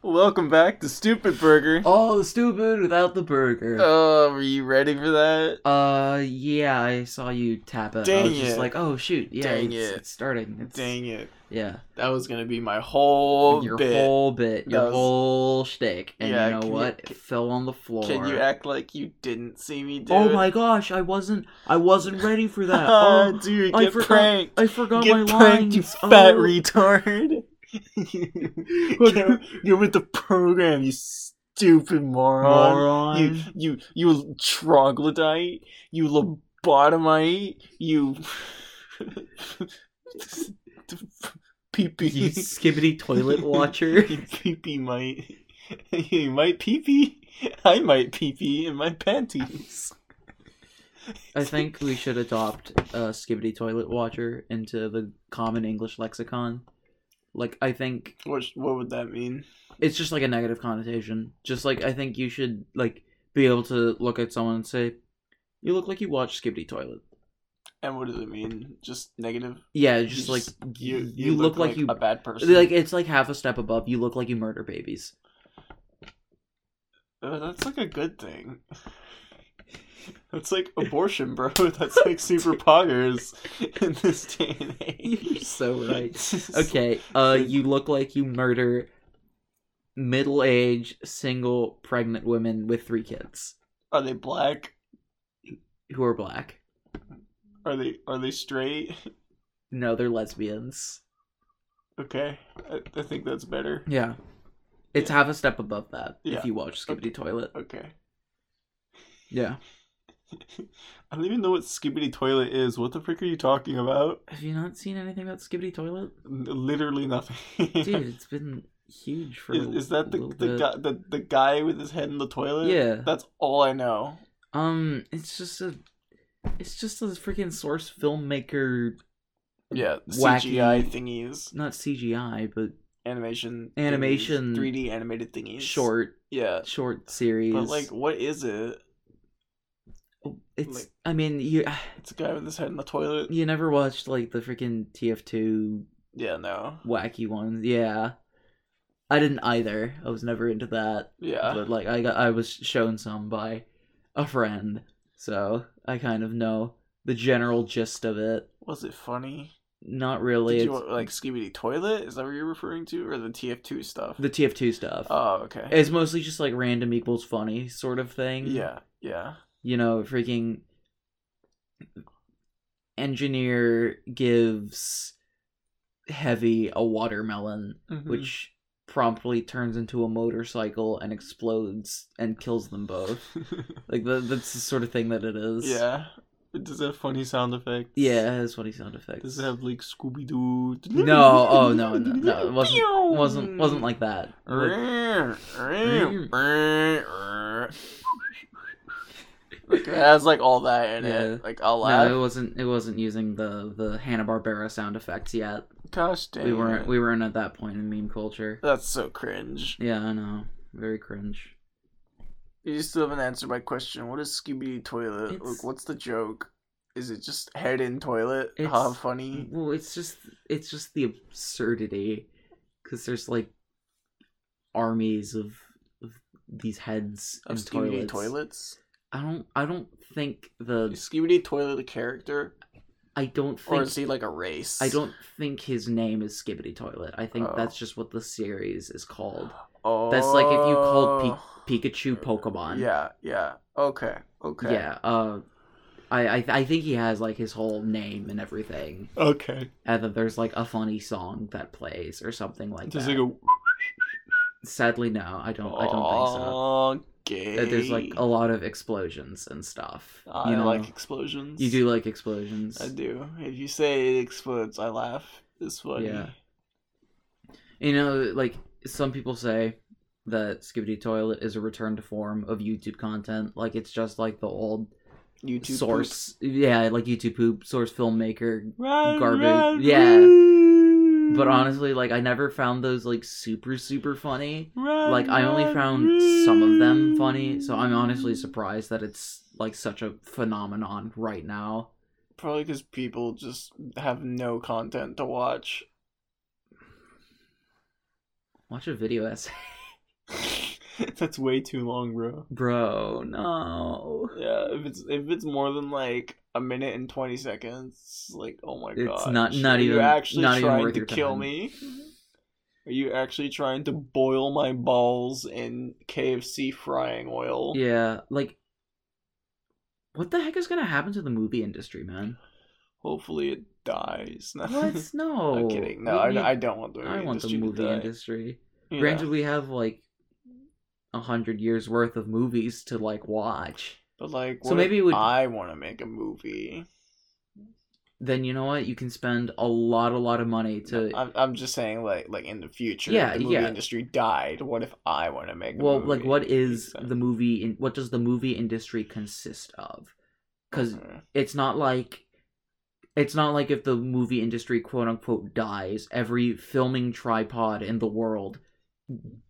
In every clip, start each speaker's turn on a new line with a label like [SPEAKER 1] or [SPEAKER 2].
[SPEAKER 1] Welcome back to Stupid Burger.
[SPEAKER 2] Oh, stupid without the burger.
[SPEAKER 1] Oh, were you ready for that?
[SPEAKER 2] Uh, yeah, I saw you tap it. I
[SPEAKER 1] Oh. Dang
[SPEAKER 2] was just
[SPEAKER 1] it.
[SPEAKER 2] like, oh shoot, yeah,
[SPEAKER 1] Dang
[SPEAKER 2] it's,
[SPEAKER 1] it.
[SPEAKER 2] it's starting. It's,
[SPEAKER 1] Dang it.
[SPEAKER 2] Yeah,
[SPEAKER 1] That was gonna be my whole
[SPEAKER 2] your
[SPEAKER 1] bit.
[SPEAKER 2] whole bit, your
[SPEAKER 1] That was-
[SPEAKER 2] whole shtick, and
[SPEAKER 1] Yeah,
[SPEAKER 2] you know
[SPEAKER 1] can you-
[SPEAKER 2] what? it fell on the floor.
[SPEAKER 1] Can you act like you didn't see me do
[SPEAKER 2] Oh
[SPEAKER 1] it?
[SPEAKER 2] my gosh, I wasn't, I wasn't ready for that.
[SPEAKER 1] Ah,
[SPEAKER 2] oh,
[SPEAKER 1] dude,
[SPEAKER 2] I
[SPEAKER 1] get
[SPEAKER 2] forgot-
[SPEAKER 1] pranked.
[SPEAKER 2] I forgot my
[SPEAKER 1] get pranked,
[SPEAKER 2] lines.
[SPEAKER 1] you fat
[SPEAKER 2] oh.
[SPEAKER 1] retard. you're, you're with the program, you stupid You
[SPEAKER 2] moron.
[SPEAKER 1] you you troglodyte, you lobotomite, you pee
[SPEAKER 2] You,
[SPEAKER 1] pee
[SPEAKER 2] skibbity toilet watcher.
[SPEAKER 1] pee pee might you might pee pee. I might pee pee in my panties.
[SPEAKER 2] I think we should adopt uh, skibbity toilet watcher into the common English lexicon. Like, I think
[SPEAKER 1] What what would that mean?
[SPEAKER 2] it's just like a negative connotation. Just like I think you should like be able to look at someone and say, "You look like you watch Skibbity Toilet."
[SPEAKER 1] And what does it mean? Just negative?
[SPEAKER 2] Yeah,
[SPEAKER 1] You
[SPEAKER 2] just like
[SPEAKER 1] you, you,
[SPEAKER 2] you
[SPEAKER 1] look,
[SPEAKER 2] look like
[SPEAKER 1] like,
[SPEAKER 2] you-
[SPEAKER 1] a bad person.
[SPEAKER 2] like it's like half a step above. You look like you murder babies.
[SPEAKER 1] Uh, that's like a good thing. That's like abortion, bro. That's like super poggers in this day and age.
[SPEAKER 2] You're so right. Okay, uh, you look like you murder middle-aged single pregnant women with three kids
[SPEAKER 1] Are they black?
[SPEAKER 2] who are black.
[SPEAKER 1] Are they are they straight?
[SPEAKER 2] No, they're lesbians.
[SPEAKER 1] Okay, I, I think that's better.
[SPEAKER 2] Yeah. It's half a step above that
[SPEAKER 1] Yeah.
[SPEAKER 2] if you watch Skibbity Toilet.
[SPEAKER 1] Okay,
[SPEAKER 2] Yeah.
[SPEAKER 1] I don't even know what skibbity toilet is. What the frick are you talking about?
[SPEAKER 2] Have you not seen anything about Skibbity Toilet?
[SPEAKER 1] N- Literally nothing.
[SPEAKER 2] dude it's been huge for
[SPEAKER 1] is,
[SPEAKER 2] a
[SPEAKER 1] is that the
[SPEAKER 2] little
[SPEAKER 1] the
[SPEAKER 2] bit.
[SPEAKER 1] guy the, the guy with his head in the toilet?
[SPEAKER 2] yeah
[SPEAKER 1] that's all I know.
[SPEAKER 2] um it's just a it's just a freaking source filmmaker
[SPEAKER 1] Yeah,
[SPEAKER 2] Wacky-
[SPEAKER 1] CGI thingies,
[SPEAKER 2] not cgi but
[SPEAKER 1] animation, thingies,
[SPEAKER 2] Animation-
[SPEAKER 1] 3D animated thingies.
[SPEAKER 2] short
[SPEAKER 1] Yeah,
[SPEAKER 2] short series Oh,
[SPEAKER 1] But like, what is it?
[SPEAKER 2] it's
[SPEAKER 1] like-
[SPEAKER 2] i mean you
[SPEAKER 1] It's a guy with his head in the toilet.
[SPEAKER 2] you never watched like the freaking tf2
[SPEAKER 1] Yeah, no.
[SPEAKER 2] wacky ones yeah i didn't either i was never into that
[SPEAKER 1] Yeah,
[SPEAKER 2] but like i got i was shown some by a friend so i kind of know the general gist of it
[SPEAKER 1] was it funny?
[SPEAKER 2] not really
[SPEAKER 1] Did you
[SPEAKER 2] it's-
[SPEAKER 1] want, like Scooby toilet? Is that what you're referring to, or the TF2 stuff?
[SPEAKER 2] the TF2 stuff.
[SPEAKER 1] oh, okay.
[SPEAKER 2] it's mostly just like random equals funny sort of thing.
[SPEAKER 1] yeah, yeah,
[SPEAKER 2] You know, freaking engineer gives heavy a watermelon,
[SPEAKER 1] Mm-hmm.
[SPEAKER 2] which promptly turns into a motorcycle and explodes and kills them both. Like tha- that's the sort of thing that it is.
[SPEAKER 1] yeah. It does have funny sound effects.
[SPEAKER 2] Yeah, that's what he sound effects.
[SPEAKER 1] Does it have like Scooby Doo?
[SPEAKER 2] No, oh, no, no, no, it wasn't- wasn't wasn't like that. Like,
[SPEAKER 1] like it has like all that in
[SPEAKER 2] Yeah.
[SPEAKER 1] it. Like I'll laugh.
[SPEAKER 2] no, it wasn't. It wasn't using the the Hanna Barbera sound effects yet.
[SPEAKER 1] Gosh dang.
[SPEAKER 2] we
[SPEAKER 1] it.
[SPEAKER 2] weren't we weren't at that point in meme culture.
[SPEAKER 1] That's so cringe.
[SPEAKER 2] Yeah, I know. Very cringe.
[SPEAKER 1] You still haven't answered my question. What is Scooby Toilet?
[SPEAKER 2] It's-
[SPEAKER 1] Like, what's the joke? Is it just head in toilet?
[SPEAKER 2] It's-
[SPEAKER 1] How funny.
[SPEAKER 2] Well, it's just it's just the absurdity because there's like armies of, of these heads
[SPEAKER 1] Of
[SPEAKER 2] and
[SPEAKER 1] Scooby
[SPEAKER 2] toilets.
[SPEAKER 1] Toilets?
[SPEAKER 2] I don't I don't think the
[SPEAKER 1] Is Scooby Toilet a character?
[SPEAKER 2] I don't
[SPEAKER 1] Or
[SPEAKER 2] think
[SPEAKER 1] is he like a race?
[SPEAKER 2] I don't think his name is Skibbity Toilet. I think
[SPEAKER 1] Oh.
[SPEAKER 2] that's just what the series is called.
[SPEAKER 1] Oh.
[SPEAKER 2] That's like if you called Pikachu Pokemon.
[SPEAKER 1] Yeah, yeah. Okay, okay.
[SPEAKER 2] Yeah. Uh, I I, I think he has like his whole name and everything.
[SPEAKER 1] Okay.
[SPEAKER 2] and then there's like a funny song that plays or something like
[SPEAKER 1] Does
[SPEAKER 2] that.
[SPEAKER 1] it go.
[SPEAKER 2] Sadly, no, I don't. I don't
[SPEAKER 1] Okay.
[SPEAKER 2] think so. Uh, There's like a lot of explosions and stuff.
[SPEAKER 1] I
[SPEAKER 2] you know,
[SPEAKER 1] like explosions.
[SPEAKER 2] you do like explosions.
[SPEAKER 1] I do. If you say it explodes, I laugh. It's funny.
[SPEAKER 2] Yeah. You know, like some people say that Skibbity Toilet is a return to form of YouTube content. Like it's just like the old
[SPEAKER 1] YouTube
[SPEAKER 2] source, yeah, like YouTube poop source filmmaker.
[SPEAKER 1] Run,
[SPEAKER 2] garbage.
[SPEAKER 1] run,
[SPEAKER 2] Yeah.
[SPEAKER 1] run.
[SPEAKER 2] But honestly, like I never found those like super super funny.
[SPEAKER 1] Run,
[SPEAKER 2] like I only
[SPEAKER 1] run,
[SPEAKER 2] found some of them
[SPEAKER 1] run.
[SPEAKER 2] funny, so I'm honestly surprised that it's like such a phenomenon right now.
[SPEAKER 1] Probably because people just have no content to watch.
[SPEAKER 2] Watch a video essay.
[SPEAKER 1] That's way too long, bro.
[SPEAKER 2] Bro, no.
[SPEAKER 1] Yeah, if it's if it's more than like a minute and twenty seconds, like oh my
[SPEAKER 2] It's
[SPEAKER 1] god,
[SPEAKER 2] not- not
[SPEAKER 1] are you
[SPEAKER 2] even-
[SPEAKER 1] actually
[SPEAKER 2] not even
[SPEAKER 1] trying
[SPEAKER 2] worth
[SPEAKER 1] to
[SPEAKER 2] your
[SPEAKER 1] kill
[SPEAKER 2] time.
[SPEAKER 1] me? Are you actually trying to boil my balls in KFC frying oil?
[SPEAKER 2] Yeah, like what the heck is gonna happen to the movie industry, man?
[SPEAKER 1] Hopefully it dies. No.
[SPEAKER 2] What? Oh, No.
[SPEAKER 1] I'm kidding. No,
[SPEAKER 2] We
[SPEAKER 1] I,
[SPEAKER 2] need-
[SPEAKER 1] I don't want the movie
[SPEAKER 2] I want the
[SPEAKER 1] industry
[SPEAKER 2] movie
[SPEAKER 1] to die.
[SPEAKER 2] industry.
[SPEAKER 1] Yeah.
[SPEAKER 2] Granted, we have like a hundred years worth of movies to like watch.
[SPEAKER 1] But like,
[SPEAKER 2] So
[SPEAKER 1] what
[SPEAKER 2] maybe
[SPEAKER 1] if
[SPEAKER 2] it would-
[SPEAKER 1] I want to make a movie.
[SPEAKER 2] Then you know what? You can spend a lot, a lot of money to.
[SPEAKER 1] I'm, I'm just saying, like, like in the future,
[SPEAKER 2] Yeah,
[SPEAKER 1] if the movie
[SPEAKER 2] yeah.
[SPEAKER 1] industry died. What if I want to make? A
[SPEAKER 2] well,
[SPEAKER 1] movie?
[SPEAKER 2] like, what is
[SPEAKER 1] So-
[SPEAKER 2] the movie? In, what does the movie industry consist of? Because
[SPEAKER 1] Mhm.
[SPEAKER 2] it's not like it's not like if the movie industry quote unquote dies every filming tripod in the world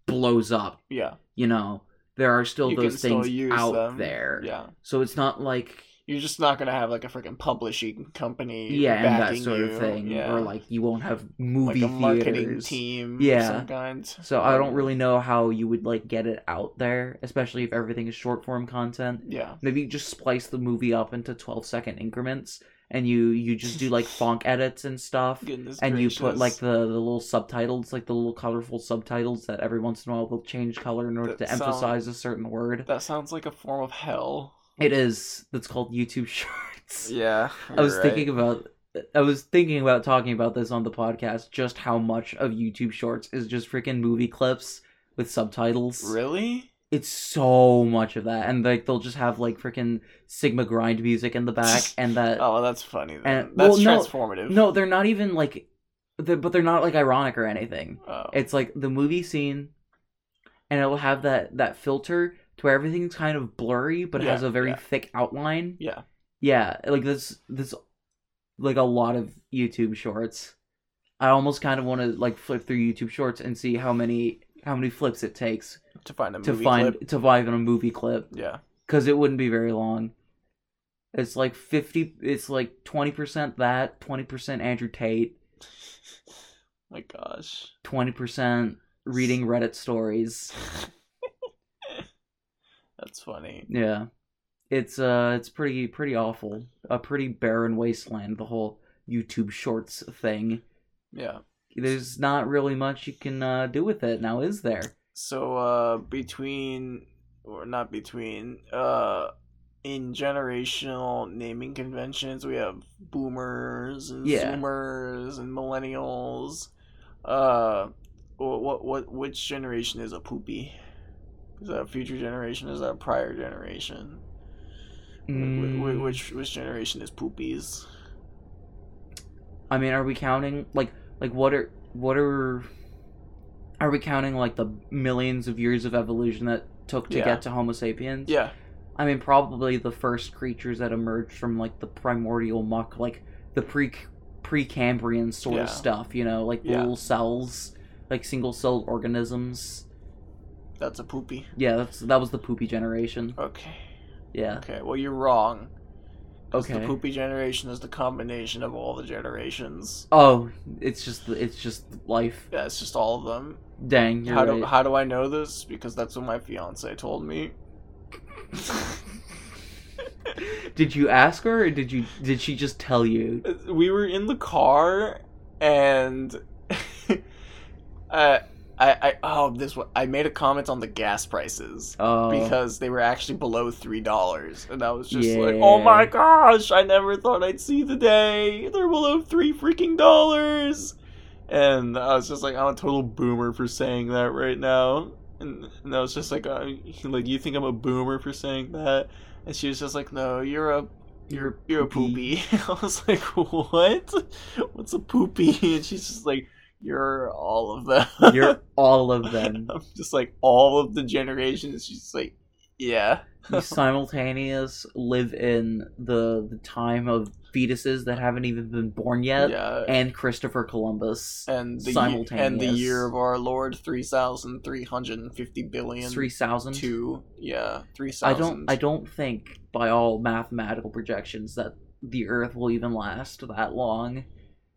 [SPEAKER 2] blows up
[SPEAKER 1] yeah,
[SPEAKER 2] you know there are still
[SPEAKER 1] You can
[SPEAKER 2] those
[SPEAKER 1] still
[SPEAKER 2] things
[SPEAKER 1] use
[SPEAKER 2] out
[SPEAKER 1] them.
[SPEAKER 2] there
[SPEAKER 1] yeah.
[SPEAKER 2] so it's not like
[SPEAKER 1] You're just not gonna have like a freaking publishing company.
[SPEAKER 2] yeah and that
[SPEAKER 1] backing
[SPEAKER 2] sort
[SPEAKER 1] you.
[SPEAKER 2] of thing
[SPEAKER 1] Yeah.
[SPEAKER 2] or like you won't have
[SPEAKER 1] Like
[SPEAKER 2] movie
[SPEAKER 1] a marketing
[SPEAKER 2] theaters.
[SPEAKER 1] team. of
[SPEAKER 2] Yeah.
[SPEAKER 1] some kind.
[SPEAKER 2] so i don't really know how you would like get it out there especially if everything is short form content
[SPEAKER 1] Yeah.
[SPEAKER 2] maybe you just splice the movie up into 12 second increments and you you just do like funk edits and stuff
[SPEAKER 1] Goodness
[SPEAKER 2] and you put
[SPEAKER 1] gracious.
[SPEAKER 2] like the, the little subtitles like the little colorful subtitles that every once in a while will change color in order
[SPEAKER 1] That
[SPEAKER 2] to
[SPEAKER 1] sound-
[SPEAKER 2] emphasize a certain word
[SPEAKER 1] that sounds like a form of hell.
[SPEAKER 2] it is that's called youtube shorts
[SPEAKER 1] Yeah.
[SPEAKER 2] i was thinking about i was thinking about talking about this on the podcast just how much of youtube shorts is just freaking movie clips with subtitles
[SPEAKER 1] Really?
[SPEAKER 2] it's so much of that and like they'll just have like freaking sigma grind music in the back and that
[SPEAKER 1] Oh, that's funny. Then.
[SPEAKER 2] Uh, And-
[SPEAKER 1] that's
[SPEAKER 2] well, no-
[SPEAKER 1] transformative.
[SPEAKER 2] no they're not even like they're, but they're not like ironic or anything
[SPEAKER 1] Oh.
[SPEAKER 2] it's like the movie scene and it'll have that that filter to where everything's kind of blurry but
[SPEAKER 1] Yeah,
[SPEAKER 2] has a very
[SPEAKER 1] yeah.
[SPEAKER 2] thick outline
[SPEAKER 1] Yeah.
[SPEAKER 2] yeah like this this like a lot of youtube shorts i almost kind of want to like flip through youtube shorts and see how many how many flips it takes
[SPEAKER 1] to find a
[SPEAKER 2] to
[SPEAKER 1] movie
[SPEAKER 2] find
[SPEAKER 1] clip.
[SPEAKER 2] to find a movie clip
[SPEAKER 1] Yeah.
[SPEAKER 2] because it wouldn't be very long. It's like fifty. It's like twenty percent that, twenty percent Andrew Tate,
[SPEAKER 1] My gosh.
[SPEAKER 2] twenty percent reading Reddit stories.
[SPEAKER 1] That's funny.
[SPEAKER 2] Yeah, it's uh, it's pretty pretty awful. A pretty barren wasteland. The whole YouTube Shorts thing.
[SPEAKER 1] Yeah.
[SPEAKER 2] There's not really much you can uh, do with it now, is there?
[SPEAKER 1] So uh between or not between uh in generational naming conventions we have boomers and
[SPEAKER 2] Yeah.
[SPEAKER 1] zoomers and millennials. Uh wh- what what which generation is a poopy? Is that a future generation? Is that a prior generation? Wh- wh- wh-
[SPEAKER 2] Mm,
[SPEAKER 1] Which which generation is poopies?
[SPEAKER 2] I mean, are we counting like like what are what are are we counting like the millions of years of evolution that took to
[SPEAKER 1] Yeah.
[SPEAKER 2] get to Homo sapiens?
[SPEAKER 1] Yeah.
[SPEAKER 2] I mean, probably the first creatures that emerged from like the primordial muck, like the pre pre-Cambrian sort of
[SPEAKER 1] Yeah.
[SPEAKER 2] stuff. You know, like the
[SPEAKER 1] Yeah.
[SPEAKER 2] little cells, like single-celled organisms.
[SPEAKER 1] That's a poopy.
[SPEAKER 2] Yeah, that's that was the poopy generation.
[SPEAKER 1] Okay.
[SPEAKER 2] Yeah.
[SPEAKER 1] Okay, well you're wrong. 'Cause
[SPEAKER 2] Okay.
[SPEAKER 1] The poopy generation is the combination of all the generations.
[SPEAKER 2] oh, it's just it's just life.
[SPEAKER 1] Yeah, it's just all of them.
[SPEAKER 2] Dang, you're
[SPEAKER 1] how
[SPEAKER 2] right.
[SPEAKER 1] do how do I know this? Because that's what my fiance told me.
[SPEAKER 2] Did you ask her, or did you did she just tell you?
[SPEAKER 1] we were in the car and uh, I I oh this one I made a comment on the gas prices.
[SPEAKER 2] Oh,
[SPEAKER 1] because they were actually below three dollars, and I was just like, "Oh my
[SPEAKER 2] Yeah.
[SPEAKER 1] gosh! I never thought I'd see the day they're below three freaking dollars." And I was just like, "I'm a total boomer for saying that right now," and, and I was just like, uh, "Like you think I'm a boomer for saying that?" And she was just like, "No, you're a." You're, you're a poopy. I was like, what? What's a poopy? And she's just like, you're all of them.
[SPEAKER 2] You're all of them.
[SPEAKER 1] I'm just like all of the generations. She's like, yeah,
[SPEAKER 2] you simultaneous live in the the time of fetuses that haven't even been born yet
[SPEAKER 1] yeah,
[SPEAKER 2] and Christopher Columbus
[SPEAKER 1] and the ye- and the
[SPEAKER 2] simultaneous.
[SPEAKER 1] year of our Lord three thousand three hundred and fifty billion
[SPEAKER 2] 3000
[SPEAKER 1] two, yeah, three
[SPEAKER 2] I
[SPEAKER 1] thousand.
[SPEAKER 2] don't I don't think by all mathematical projections that the earth will even last that long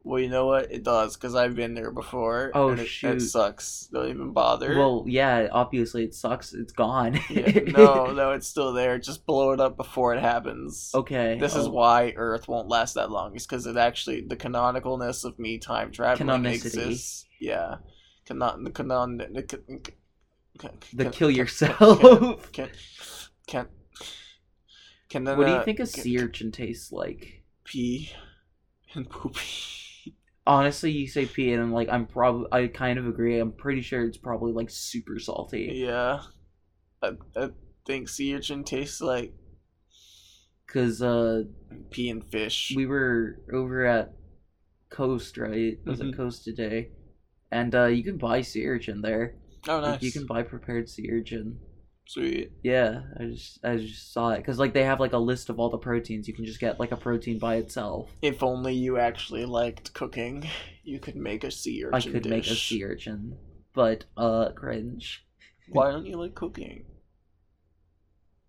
[SPEAKER 1] Well, you know what? It does because I've been there before.
[SPEAKER 2] Oh,
[SPEAKER 1] and it,
[SPEAKER 2] shoot.
[SPEAKER 1] It sucks. Don't even bother.
[SPEAKER 2] Well, yeah, obviously it sucks. It's gone.
[SPEAKER 1] yeah, no, no, it's still there. Just blow it up before it happens.
[SPEAKER 2] Okay.
[SPEAKER 1] This is
[SPEAKER 2] oh,
[SPEAKER 1] why Earth won't last that long. Is because it actually the canonicalness of me time traveling
[SPEAKER 2] Canonicity.
[SPEAKER 1] exists. Yeah, canon the canon the, ca- ca-
[SPEAKER 2] the
[SPEAKER 1] ca-
[SPEAKER 2] kill
[SPEAKER 1] ca-
[SPEAKER 2] yourself.
[SPEAKER 1] Can can can uh,
[SPEAKER 2] what do you think a sea urchin tastes like?
[SPEAKER 1] pee and poopy?
[SPEAKER 2] Honestly, you say pee, and I'm like, I'm probably, I kind of agree. I'm pretty sure it's probably like super salty
[SPEAKER 1] Yeah, I, I think sea urchin tastes like
[SPEAKER 2] because uh,
[SPEAKER 1] pee and fish.
[SPEAKER 2] we were over at Coast, right? Was
[SPEAKER 1] Mm-hmm.
[SPEAKER 2] it Coast today? And uh, you can buy sea urchin there.
[SPEAKER 1] oh, nice.
[SPEAKER 2] Like, you can buy prepared sea urchin.
[SPEAKER 1] Sweet.
[SPEAKER 2] Yeah, I just I just saw it because like they have like a list of all the proteins. You can just get like a protein by itself.
[SPEAKER 1] If only you actually liked cooking, you could make a sea urchin
[SPEAKER 2] I could make a
[SPEAKER 1] dish.
[SPEAKER 2] sea urchin, but uh, cringe.
[SPEAKER 1] Why don't you like cooking?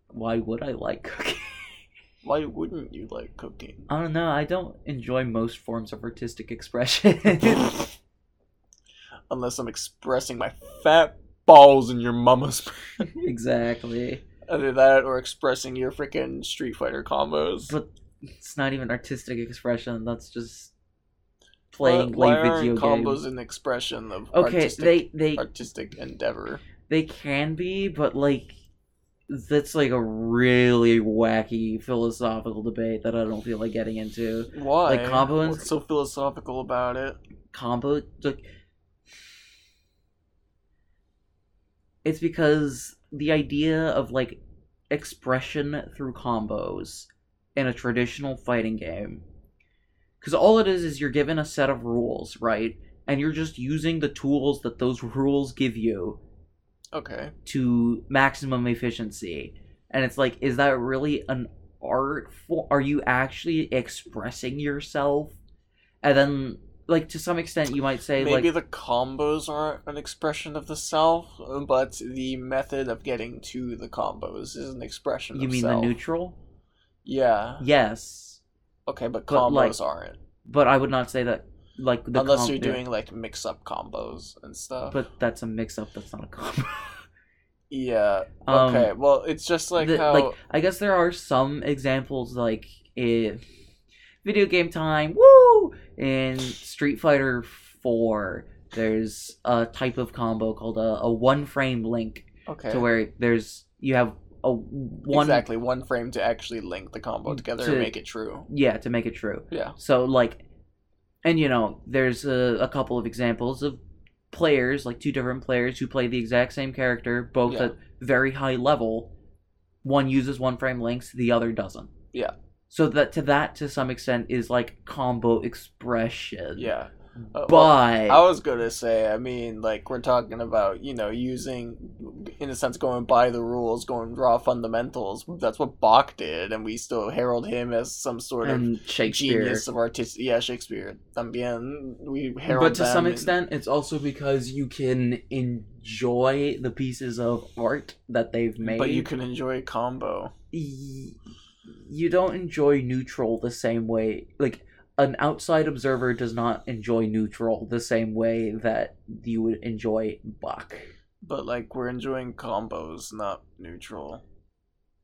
[SPEAKER 2] Why would I like cooking?
[SPEAKER 1] Why wouldn't you like cooking?
[SPEAKER 2] I don't know. I don't enjoy most forms of artistic expression.
[SPEAKER 1] Unless I'm expressing my fat balls in your mama's.
[SPEAKER 2] exactly,
[SPEAKER 1] Either that or expressing your freaking Street Fighter combos.
[SPEAKER 2] but it's not even artistic expression. That's just playing
[SPEAKER 1] Why-
[SPEAKER 2] like
[SPEAKER 1] why
[SPEAKER 2] video
[SPEAKER 1] aren't combos
[SPEAKER 2] games.
[SPEAKER 1] an expression of
[SPEAKER 2] Okay,
[SPEAKER 1] artistic,
[SPEAKER 2] they they
[SPEAKER 1] artistic endeavor?
[SPEAKER 2] they can be, but like that's like a really wacky philosophical debate that I don't feel like getting into.
[SPEAKER 1] Why?
[SPEAKER 2] Like, combos-
[SPEAKER 1] What's so philosophical about it?
[SPEAKER 2] Combo like it's because the idea of like expression through combos in a traditional fighting game because all it is is you're given a set of rules right and you're just using the tools that those rules give you
[SPEAKER 1] Okay.
[SPEAKER 2] to maximum efficiency. And it's like, is that really an art form? Are you actually expressing yourself? And then, like, to some extent, you might say,
[SPEAKER 1] Maybe
[SPEAKER 2] like,
[SPEAKER 1] the combos aren't an expression of the self, but the method of getting to the combos is an expression
[SPEAKER 2] you
[SPEAKER 1] of
[SPEAKER 2] mean
[SPEAKER 1] self.
[SPEAKER 2] the neutral?
[SPEAKER 1] Yeah.
[SPEAKER 2] Yes.
[SPEAKER 1] Okay, but
[SPEAKER 2] But,
[SPEAKER 1] combos
[SPEAKER 2] like,
[SPEAKER 1] aren't.
[SPEAKER 2] But I would not say that, like, the
[SPEAKER 1] Unless
[SPEAKER 2] com-
[SPEAKER 1] you're doing like mix up combos and stuff.
[SPEAKER 2] But that's a mix up, that's not a combo.
[SPEAKER 1] yeah.
[SPEAKER 2] Um,
[SPEAKER 1] okay. Well, it's just like
[SPEAKER 2] the-
[SPEAKER 1] how
[SPEAKER 2] like, I guess there are some examples like if video game time, woo, in Street Fighter Four. There's a type of combo called a, a one frame link,
[SPEAKER 1] okay.
[SPEAKER 2] to where there's you have a one
[SPEAKER 1] exactly one frame to actually link the combo together
[SPEAKER 2] To-
[SPEAKER 1] and make it true.
[SPEAKER 2] yeah to make it true.
[SPEAKER 1] Yeah.
[SPEAKER 2] So like, and you know, there's a, a couple of examples of players, like two different players who play the exact same character, both
[SPEAKER 1] Yeah.
[SPEAKER 2] at very high level. One uses one frame links, the other doesn't.
[SPEAKER 1] Yeah.
[SPEAKER 2] So that to that to some extent is like combo expression.
[SPEAKER 1] Yeah. Uh, well,
[SPEAKER 2] But
[SPEAKER 1] I was gonna say, I mean, like we're talking about, you know, using, in a sense, going by the rules, going raw fundamentals. That's what Bach did, and we still herald him as some sort of
[SPEAKER 2] and Shakespeare.
[SPEAKER 1] genius of artist. Yeah, Shakespeare. También we herald.
[SPEAKER 2] But to
[SPEAKER 1] them
[SPEAKER 2] some
[SPEAKER 1] and-
[SPEAKER 2] extent, it's also because you can enjoy the pieces of art that they've made.
[SPEAKER 1] but you can enjoy combo.
[SPEAKER 2] y- you don't enjoy neutral the same way like an outside observer does not enjoy neutral the same way that you would enjoy Bach.
[SPEAKER 1] But like we're enjoying combos, not neutral.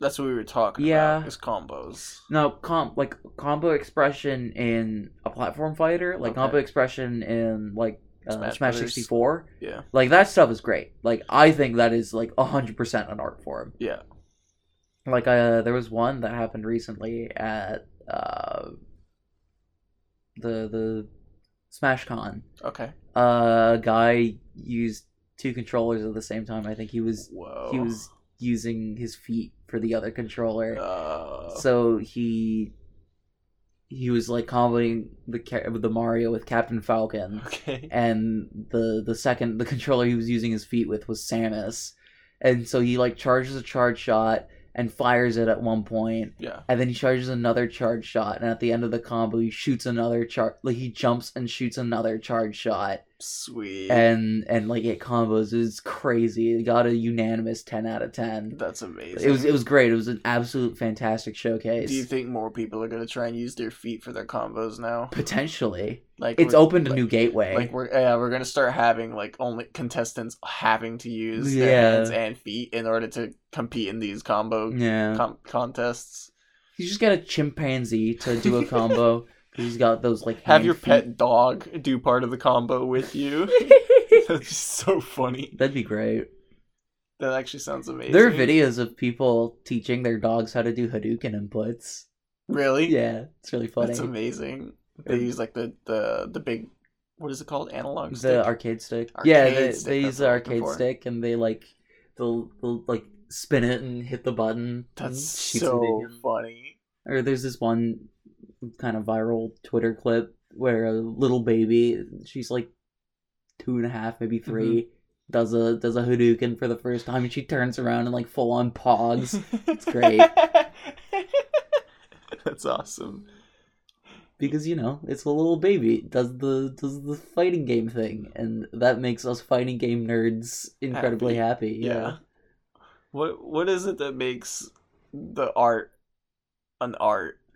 [SPEAKER 1] That's what we were talking
[SPEAKER 2] Yeah.
[SPEAKER 1] about. Is combos.
[SPEAKER 2] Now, com like combo expression in a platform fighter, like
[SPEAKER 1] Okay.
[SPEAKER 2] combo expression in like uh,
[SPEAKER 1] Smash
[SPEAKER 2] Smash
[SPEAKER 1] Brothers.
[SPEAKER 2] sixty four,
[SPEAKER 1] Yeah.
[SPEAKER 2] like that stuff is great. Like I think that is like hundred percent an art form.
[SPEAKER 1] Yeah.
[SPEAKER 2] like uh there was one that happened recently at uh the the smash con
[SPEAKER 1] Okay.
[SPEAKER 2] uh a guy used two controllers at the same time i think he was
[SPEAKER 1] Whoa.
[SPEAKER 2] he was using his feet for the other controller
[SPEAKER 1] Uh,
[SPEAKER 2] so he he was like comboing the ca- the mario with captain falcon
[SPEAKER 1] okay.
[SPEAKER 2] and the the second the controller he was using his feet with was Samus, and so he like charges a charge shot and fires it at one point,
[SPEAKER 1] Yeah.
[SPEAKER 2] and then he charges another charge shot, and at the end of the combo he shoots another charge like he jumps and shoots another charge shot,
[SPEAKER 1] Sweet.
[SPEAKER 2] and and like it combos it was crazy. It got a unanimous ten out of ten.
[SPEAKER 1] That's amazing.
[SPEAKER 2] It was it was great. It was an absolute fantastic showcase.
[SPEAKER 1] Do you think more people are gonna try and use their feet for their combos now?
[SPEAKER 2] Potentially,
[SPEAKER 1] Like
[SPEAKER 2] it's
[SPEAKER 1] we're-
[SPEAKER 2] opened a
[SPEAKER 1] like-
[SPEAKER 2] new gateway.
[SPEAKER 1] Like we're yeah, we're gonna start having like only contestants having to use their
[SPEAKER 2] Yeah.
[SPEAKER 1] hands and feet in order to compete in these combo
[SPEAKER 2] yeah,
[SPEAKER 1] com- contests.
[SPEAKER 2] you just got a chimpanzee to do a combo. He's got those like
[SPEAKER 1] Have
[SPEAKER 2] hand
[SPEAKER 1] your
[SPEAKER 2] feet.
[SPEAKER 1] pet dog do part of the combo with you. That's just so funny.
[SPEAKER 2] That'd be great.
[SPEAKER 1] That actually sounds amazing.
[SPEAKER 2] There are videos of people teaching their dogs how to do Hadouken inputs.
[SPEAKER 1] Really?
[SPEAKER 2] Yeah, it's really funny.
[SPEAKER 1] That's amazing.
[SPEAKER 2] Or
[SPEAKER 1] They use like the the the big what is it called? Analog stick.
[SPEAKER 2] the arcade stick.
[SPEAKER 1] Arcade
[SPEAKER 2] yeah, they,
[SPEAKER 1] stick,
[SPEAKER 2] they
[SPEAKER 1] that's
[SPEAKER 2] use
[SPEAKER 1] what
[SPEAKER 2] the
[SPEAKER 1] I'm looking
[SPEAKER 2] arcade
[SPEAKER 1] for.
[SPEAKER 2] stick and they like they'll, they'll like spin it and hit the button. and
[SPEAKER 1] That's
[SPEAKER 2] shoots a
[SPEAKER 1] so
[SPEAKER 2] Hadouken.
[SPEAKER 1] funny.
[SPEAKER 2] Or there's this one kind of viral Twitter clip where a little baby, she's like two and a half, maybe 3 does a does a Hadouken for the first time and she turns around and like full on pogs.
[SPEAKER 1] It's
[SPEAKER 2] great.
[SPEAKER 1] That's awesome.
[SPEAKER 2] because you know it's a little baby it does the does the fighting game thing and that makes us fighting game nerds incredibly happy,
[SPEAKER 1] Yeah. What what is it that makes the art an art?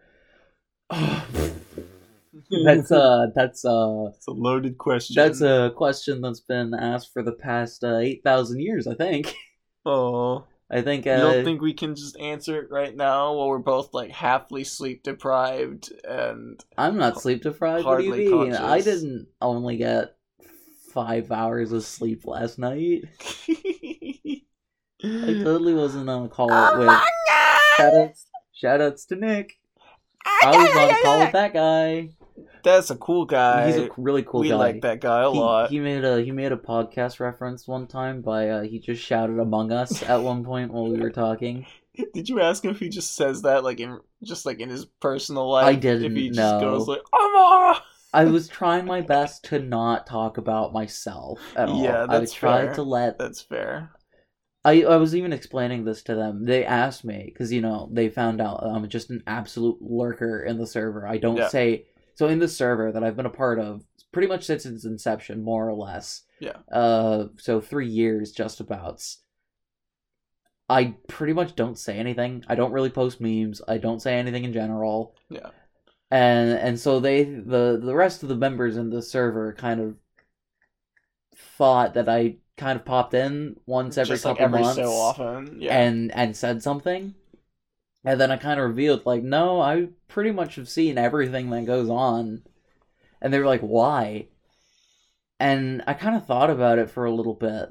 [SPEAKER 2] that's uh that's uh
[SPEAKER 1] It's a loaded question.
[SPEAKER 2] that's a question that's been asked for the past uh, 8000 years i think
[SPEAKER 1] oh.
[SPEAKER 2] i think uh,
[SPEAKER 1] You don't think we can just answer it right now while we're both like halfly sleep deprived and
[SPEAKER 2] i'm not sleep deprived what do
[SPEAKER 1] Hardly
[SPEAKER 2] you mean i
[SPEAKER 1] conscious.
[SPEAKER 2] didn't only get five hours of sleep last night i totally wasn't on a call
[SPEAKER 1] Oh
[SPEAKER 2] with shoutouts shoutouts to nick i was on a call with that guy
[SPEAKER 1] That's a cool guy.
[SPEAKER 2] He's a really cool
[SPEAKER 1] we
[SPEAKER 2] guy.
[SPEAKER 1] like that guy a
[SPEAKER 2] he,
[SPEAKER 1] lot.
[SPEAKER 2] he made a he made a podcast reference one time by uh, he just shouted Among Us at one point while we were talking.
[SPEAKER 1] Did you ask him if he just says that like in just like in his personal life? If
[SPEAKER 2] didn't,
[SPEAKER 1] he just
[SPEAKER 2] no.
[SPEAKER 1] goes like, "I'm a-"
[SPEAKER 2] I was trying my best to not talk about myself at all.
[SPEAKER 1] Yeah,
[SPEAKER 2] I
[SPEAKER 1] that's
[SPEAKER 2] tried
[SPEAKER 1] fair.
[SPEAKER 2] to let
[SPEAKER 1] That's fair.
[SPEAKER 2] I I was even explaining this to them. They asked me because you know they found out I'm just an absolute lurker in the server. I don't
[SPEAKER 1] Yeah.
[SPEAKER 2] say so in the server that I've been a part of pretty much since its inception, more or less.
[SPEAKER 1] Yeah.
[SPEAKER 2] Uh, so three years just about. I pretty much don't say anything. I don't really post memes. I don't say anything in general.
[SPEAKER 1] Yeah.
[SPEAKER 2] And and so they the the rest of the members in the server kind of thought that I kind of popped in once every
[SPEAKER 1] just like
[SPEAKER 2] couple
[SPEAKER 1] every
[SPEAKER 2] months
[SPEAKER 1] so often. Yeah.
[SPEAKER 2] and and said something and then i kind of revealed like no i pretty much have seen everything that goes on and they were like why and i kind of thought about it for a little bit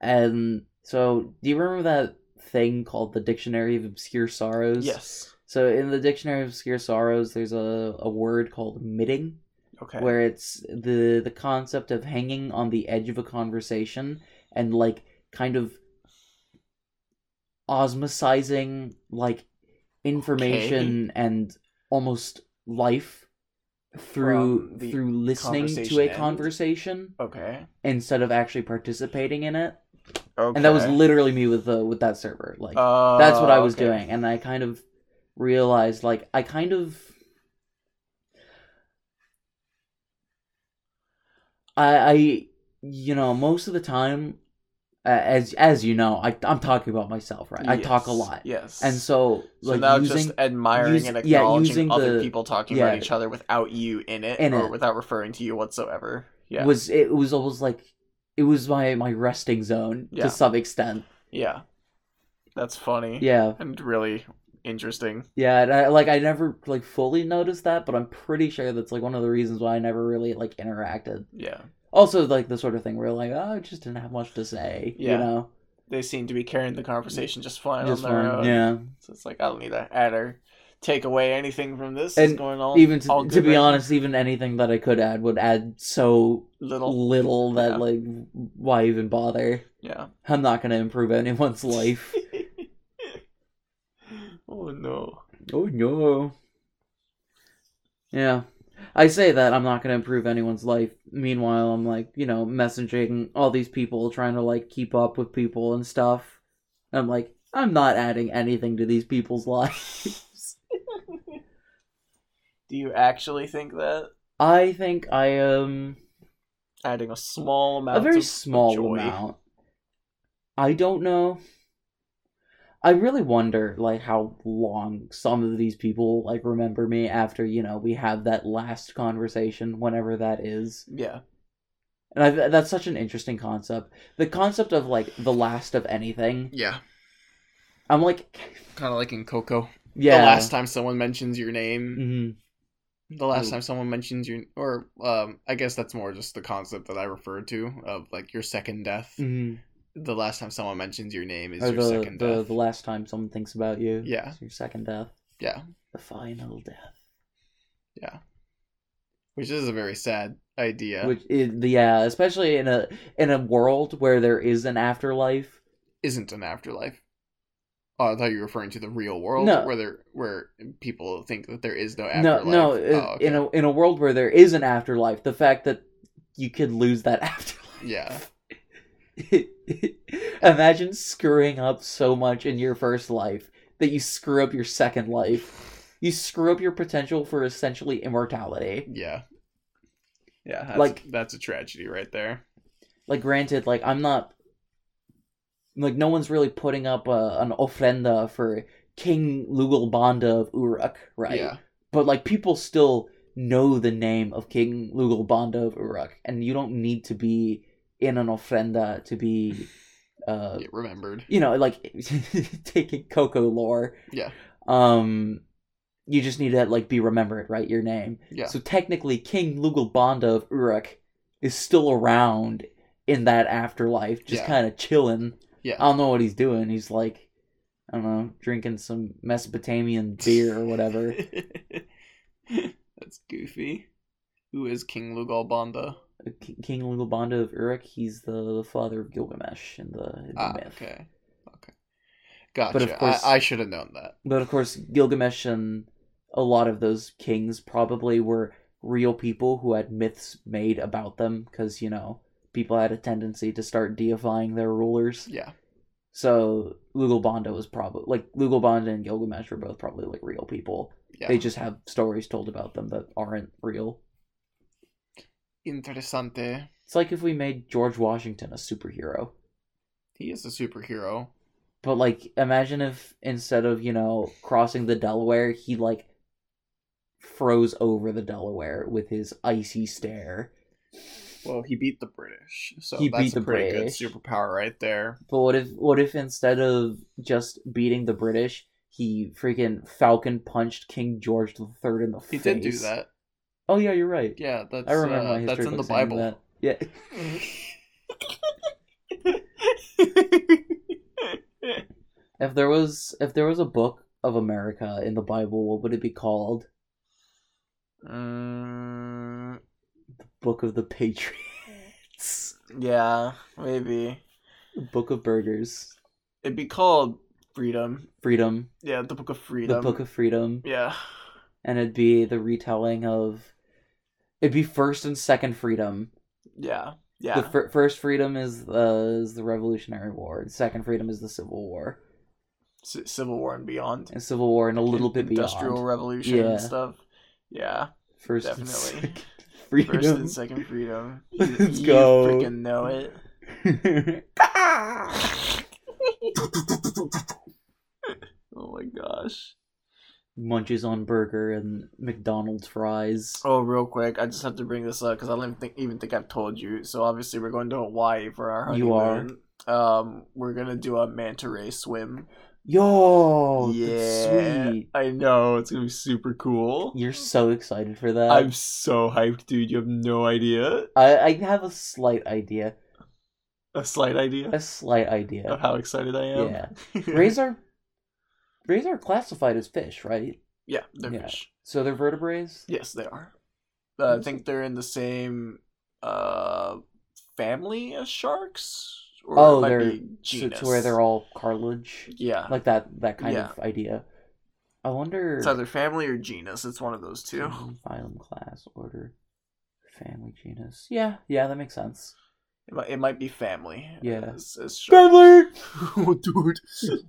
[SPEAKER 2] and so do you remember that thing called the dictionary of obscure sorrows
[SPEAKER 1] yes.
[SPEAKER 2] so in the dictionary of obscure sorrows there's a, a word called mitting
[SPEAKER 1] Okay.
[SPEAKER 2] where it's the the concept of hanging on the edge of a conversation and like kind of osmosizing like information and almost life through
[SPEAKER 1] From the
[SPEAKER 2] through listening to
[SPEAKER 1] conversation
[SPEAKER 2] a
[SPEAKER 1] end?
[SPEAKER 2] conversation
[SPEAKER 1] okay.
[SPEAKER 2] instead of actually participating in it
[SPEAKER 1] Okay.
[SPEAKER 2] and that was literally me with the with that server like
[SPEAKER 1] Uh,
[SPEAKER 2] that's what I was
[SPEAKER 1] okay.
[SPEAKER 2] doing, and I kind of realized, like, I kind of, I, I, you know, most of the time, uh, as as you know, I I'm talking about myself, right? I talk a
[SPEAKER 1] Yes,
[SPEAKER 2] lot,
[SPEAKER 1] Yes.
[SPEAKER 2] and so
[SPEAKER 1] So
[SPEAKER 2] like
[SPEAKER 1] now
[SPEAKER 2] using
[SPEAKER 1] just admiring
[SPEAKER 2] use-
[SPEAKER 1] and
[SPEAKER 2] yeah,
[SPEAKER 1] acknowledging
[SPEAKER 2] using
[SPEAKER 1] other
[SPEAKER 2] the-
[SPEAKER 1] people talking
[SPEAKER 2] yeah.
[SPEAKER 1] about each other without you in it
[SPEAKER 2] In
[SPEAKER 1] or
[SPEAKER 2] it.
[SPEAKER 1] without referring to you whatsoever. Yeah.
[SPEAKER 2] was it was almost like it was my my resting zone
[SPEAKER 1] Yeah.
[SPEAKER 2] to some extent.
[SPEAKER 1] yeah. That's funny.
[SPEAKER 2] Yeah,
[SPEAKER 1] And really interesting.
[SPEAKER 2] yeah, and I, like I never like fully noticed that, but I'm pretty sure that's like one of the reasons why I never really like interacted.
[SPEAKER 1] Yeah.
[SPEAKER 2] also like the sort of thing where like oh, I just didn't have much to say,
[SPEAKER 1] Yeah.
[SPEAKER 2] you know,
[SPEAKER 1] They seem to be carrying the conversation just fine
[SPEAKER 2] just
[SPEAKER 1] on their
[SPEAKER 2] fine.
[SPEAKER 1] own.
[SPEAKER 2] Yeah,
[SPEAKER 1] So it's like I don't need to add or take away anything from this.
[SPEAKER 2] And
[SPEAKER 1] it's going all
[SPEAKER 2] even
[SPEAKER 1] all
[SPEAKER 2] to,
[SPEAKER 1] good
[SPEAKER 2] to be
[SPEAKER 1] right now.
[SPEAKER 2] honest, even anything that I could add would add so
[SPEAKER 1] little
[SPEAKER 2] little that
[SPEAKER 1] Yeah.
[SPEAKER 2] like why even bother?
[SPEAKER 1] yeah.
[SPEAKER 2] I'm not gonna improve anyone's life.
[SPEAKER 1] oh no.
[SPEAKER 2] oh no. Yeah. I say that I'm not going to improve anyone's life. Meanwhile, I'm like, you know, messaging all these people, trying to like keep up with people and stuff. And I'm like, I'm not adding anything to these people's lives.
[SPEAKER 1] Do you actually think that?
[SPEAKER 2] I think I am
[SPEAKER 1] adding a small amount
[SPEAKER 2] um, a very
[SPEAKER 1] of
[SPEAKER 2] small
[SPEAKER 1] joy.
[SPEAKER 2] amount. I don't know. I really wonder, like, how long some of these people like remember me after you know we have that last conversation, whenever that is.
[SPEAKER 1] yeah
[SPEAKER 2] And I, th- that's such an interesting concept. The concept of like the last of anything.
[SPEAKER 1] yeah
[SPEAKER 2] I'm like,
[SPEAKER 1] kind of like in coco
[SPEAKER 2] yeah,
[SPEAKER 1] the last time someone mentions your name
[SPEAKER 2] Mhm.
[SPEAKER 1] the last
[SPEAKER 2] Ooh.
[SPEAKER 1] time someone mentions your or um i guess that's more just the concept that i referred to of like your second death
[SPEAKER 2] Mhm.
[SPEAKER 1] the last time someone mentions your name is
[SPEAKER 2] Or
[SPEAKER 1] your
[SPEAKER 2] the,
[SPEAKER 1] second
[SPEAKER 2] the
[SPEAKER 1] death
[SPEAKER 2] the last time someone thinks about you.
[SPEAKER 1] Yeah.
[SPEAKER 2] It's your second death,
[SPEAKER 1] yeah
[SPEAKER 2] the final death.
[SPEAKER 1] which is a very sad idea
[SPEAKER 2] Which is yeah, especially in a in a world where there is an afterlife.
[SPEAKER 1] isn't an afterlife. Oh, I thought you were referring to the real world
[SPEAKER 2] No.
[SPEAKER 1] where there where people think that there is no afterlife.
[SPEAKER 2] No, no,
[SPEAKER 1] Oh, okay.
[SPEAKER 2] in a in a world where there is an afterlife, the fact that you could lose that afterlife.
[SPEAKER 1] yeah,
[SPEAKER 2] Imagine screwing up so much in your first life that you screw up your second life. You screw up your potential for essentially immortality.
[SPEAKER 1] yeah, yeah. That's, like
[SPEAKER 2] Like-
[SPEAKER 1] that's a tragedy right there.
[SPEAKER 2] Like granted, like I'm not like no one's really putting up a, an ofrenda for King Lugalbanda of Uruk, right?
[SPEAKER 1] Yeah,
[SPEAKER 2] but like people still know the name of King Lugalbanda of Uruk, and you don't need to be in an ofrenda to be, uh,
[SPEAKER 1] get remembered.
[SPEAKER 2] you know, like taking Coco lore.
[SPEAKER 1] Yeah.
[SPEAKER 2] Um, you just need to like be remembered, right? Your name.
[SPEAKER 1] Yeah,
[SPEAKER 2] So technically, King Lugalbanda of Uruk is still around in that afterlife, just
[SPEAKER 1] Yeah.
[SPEAKER 2] kind of chilling.
[SPEAKER 1] Yeah.
[SPEAKER 2] I don't know what he's doing. He's like, I don't know, drinking some Mesopotamian beer or whatever.
[SPEAKER 1] that's goofy. Who is King Lugalbanda?
[SPEAKER 2] K- King Lugalbanda of Uruk, he's the, the father of Gilgamesh in the, in the
[SPEAKER 1] Ah,
[SPEAKER 2] myth.
[SPEAKER 1] okay, okay, gotcha.
[SPEAKER 2] of course-
[SPEAKER 1] I, I should have known that.
[SPEAKER 2] But of course, Gilgamesh and a lot of those kings probably were real people who had myths made about them because, you know, people had a tendency to start deifying their rulers.
[SPEAKER 1] Yeah,
[SPEAKER 2] So Lugalbanda was probably, like, Lugalbanda and Gilgamesh were both probably, like, real people.
[SPEAKER 1] yeah.
[SPEAKER 2] They just have stories told about them that aren't real.
[SPEAKER 1] Interessante.
[SPEAKER 2] It's like if we made George Washington a superhero.
[SPEAKER 1] He is a superhero.
[SPEAKER 2] But like, imagine if instead of you know crossing the Delaware, he like froze over the Delaware with his icy stare.
[SPEAKER 1] Well, he beat the British, so
[SPEAKER 2] He
[SPEAKER 1] that's
[SPEAKER 2] beat
[SPEAKER 1] a
[SPEAKER 2] the
[SPEAKER 1] pretty
[SPEAKER 2] British.
[SPEAKER 1] good superpower right there.
[SPEAKER 2] But what if what if instead of just beating the British, he freaking Falcon punched King George the Third in the
[SPEAKER 1] He
[SPEAKER 2] face?
[SPEAKER 1] did do that.
[SPEAKER 2] Oh yeah, you're right.
[SPEAKER 1] Yeah, that's
[SPEAKER 2] I remember
[SPEAKER 1] uh,
[SPEAKER 2] my history
[SPEAKER 1] that's in the
[SPEAKER 2] book saying
[SPEAKER 1] Bible.
[SPEAKER 2] that. Yeah, if there was if there was a book of America in the Bible, what would it be called?
[SPEAKER 1] Mm,
[SPEAKER 2] Book of the Patriots.
[SPEAKER 1] yeah, maybe
[SPEAKER 2] book of Burgers.
[SPEAKER 1] it'd be called Freedom.
[SPEAKER 2] Freedom.
[SPEAKER 1] Yeah, the Book of Freedom.
[SPEAKER 2] The Book of Freedom.
[SPEAKER 1] yeah,
[SPEAKER 2] and it'd be the retelling of it'd be first and second freedom
[SPEAKER 1] yeah, yeah,
[SPEAKER 2] the fir- first freedom is, uh, is the revolutionary war and second freedom is the civil war
[SPEAKER 1] C- Civil War and beyond.
[SPEAKER 2] and civil war and a little bit
[SPEAKER 1] Industrial
[SPEAKER 2] beyond
[SPEAKER 1] Revolution
[SPEAKER 2] Yeah.
[SPEAKER 1] and stuff. Yeah,
[SPEAKER 2] first and
[SPEAKER 1] definitely.
[SPEAKER 2] second freedom
[SPEAKER 1] First and second freedom.
[SPEAKER 2] Let's
[SPEAKER 1] you
[SPEAKER 2] go.
[SPEAKER 1] Freaking know it. oh my gosh.
[SPEAKER 2] munches on burger and mcdonald's fries
[SPEAKER 1] Oh, real quick, I just have to bring this up because I don't even think, even think I've told you. So obviously, we're going to Hawaii for our honeymoon.
[SPEAKER 2] You
[SPEAKER 1] Um, we're gonna do a manta ray swim.
[SPEAKER 2] yo
[SPEAKER 1] yeah,
[SPEAKER 2] that's Oh, sweet
[SPEAKER 1] I know it's gonna be super cool.
[SPEAKER 2] you're so excited for that
[SPEAKER 1] I'm so hyped, dude. You have no idea,
[SPEAKER 2] I, I have a slight idea
[SPEAKER 1] a slight idea
[SPEAKER 2] a slight
[SPEAKER 1] of
[SPEAKER 2] idea
[SPEAKER 1] how excited I am.
[SPEAKER 2] yeah rays are rays are classified as fish, right?
[SPEAKER 1] yeah, they're
[SPEAKER 2] Yeah.
[SPEAKER 1] fish.
[SPEAKER 2] So they're vertebrates.
[SPEAKER 1] Yes, they are. Uh, I think they're in the same uh, family as sharks. Or it
[SPEAKER 2] Oh,
[SPEAKER 1] might
[SPEAKER 2] they're-
[SPEAKER 1] be
[SPEAKER 2] So
[SPEAKER 1] genus.
[SPEAKER 2] to where they're all cartilage,
[SPEAKER 1] yeah.
[SPEAKER 2] like that that kind of idea. I wonder.
[SPEAKER 1] It's either family or genus. It's one of those two.
[SPEAKER 2] Phylum, class, order, family, genus. Yeah, yeah, that makes sense.
[SPEAKER 1] It might, it might be family.
[SPEAKER 2] Yeah.
[SPEAKER 1] As, as shark.
[SPEAKER 2] Family.
[SPEAKER 1] oh, dude.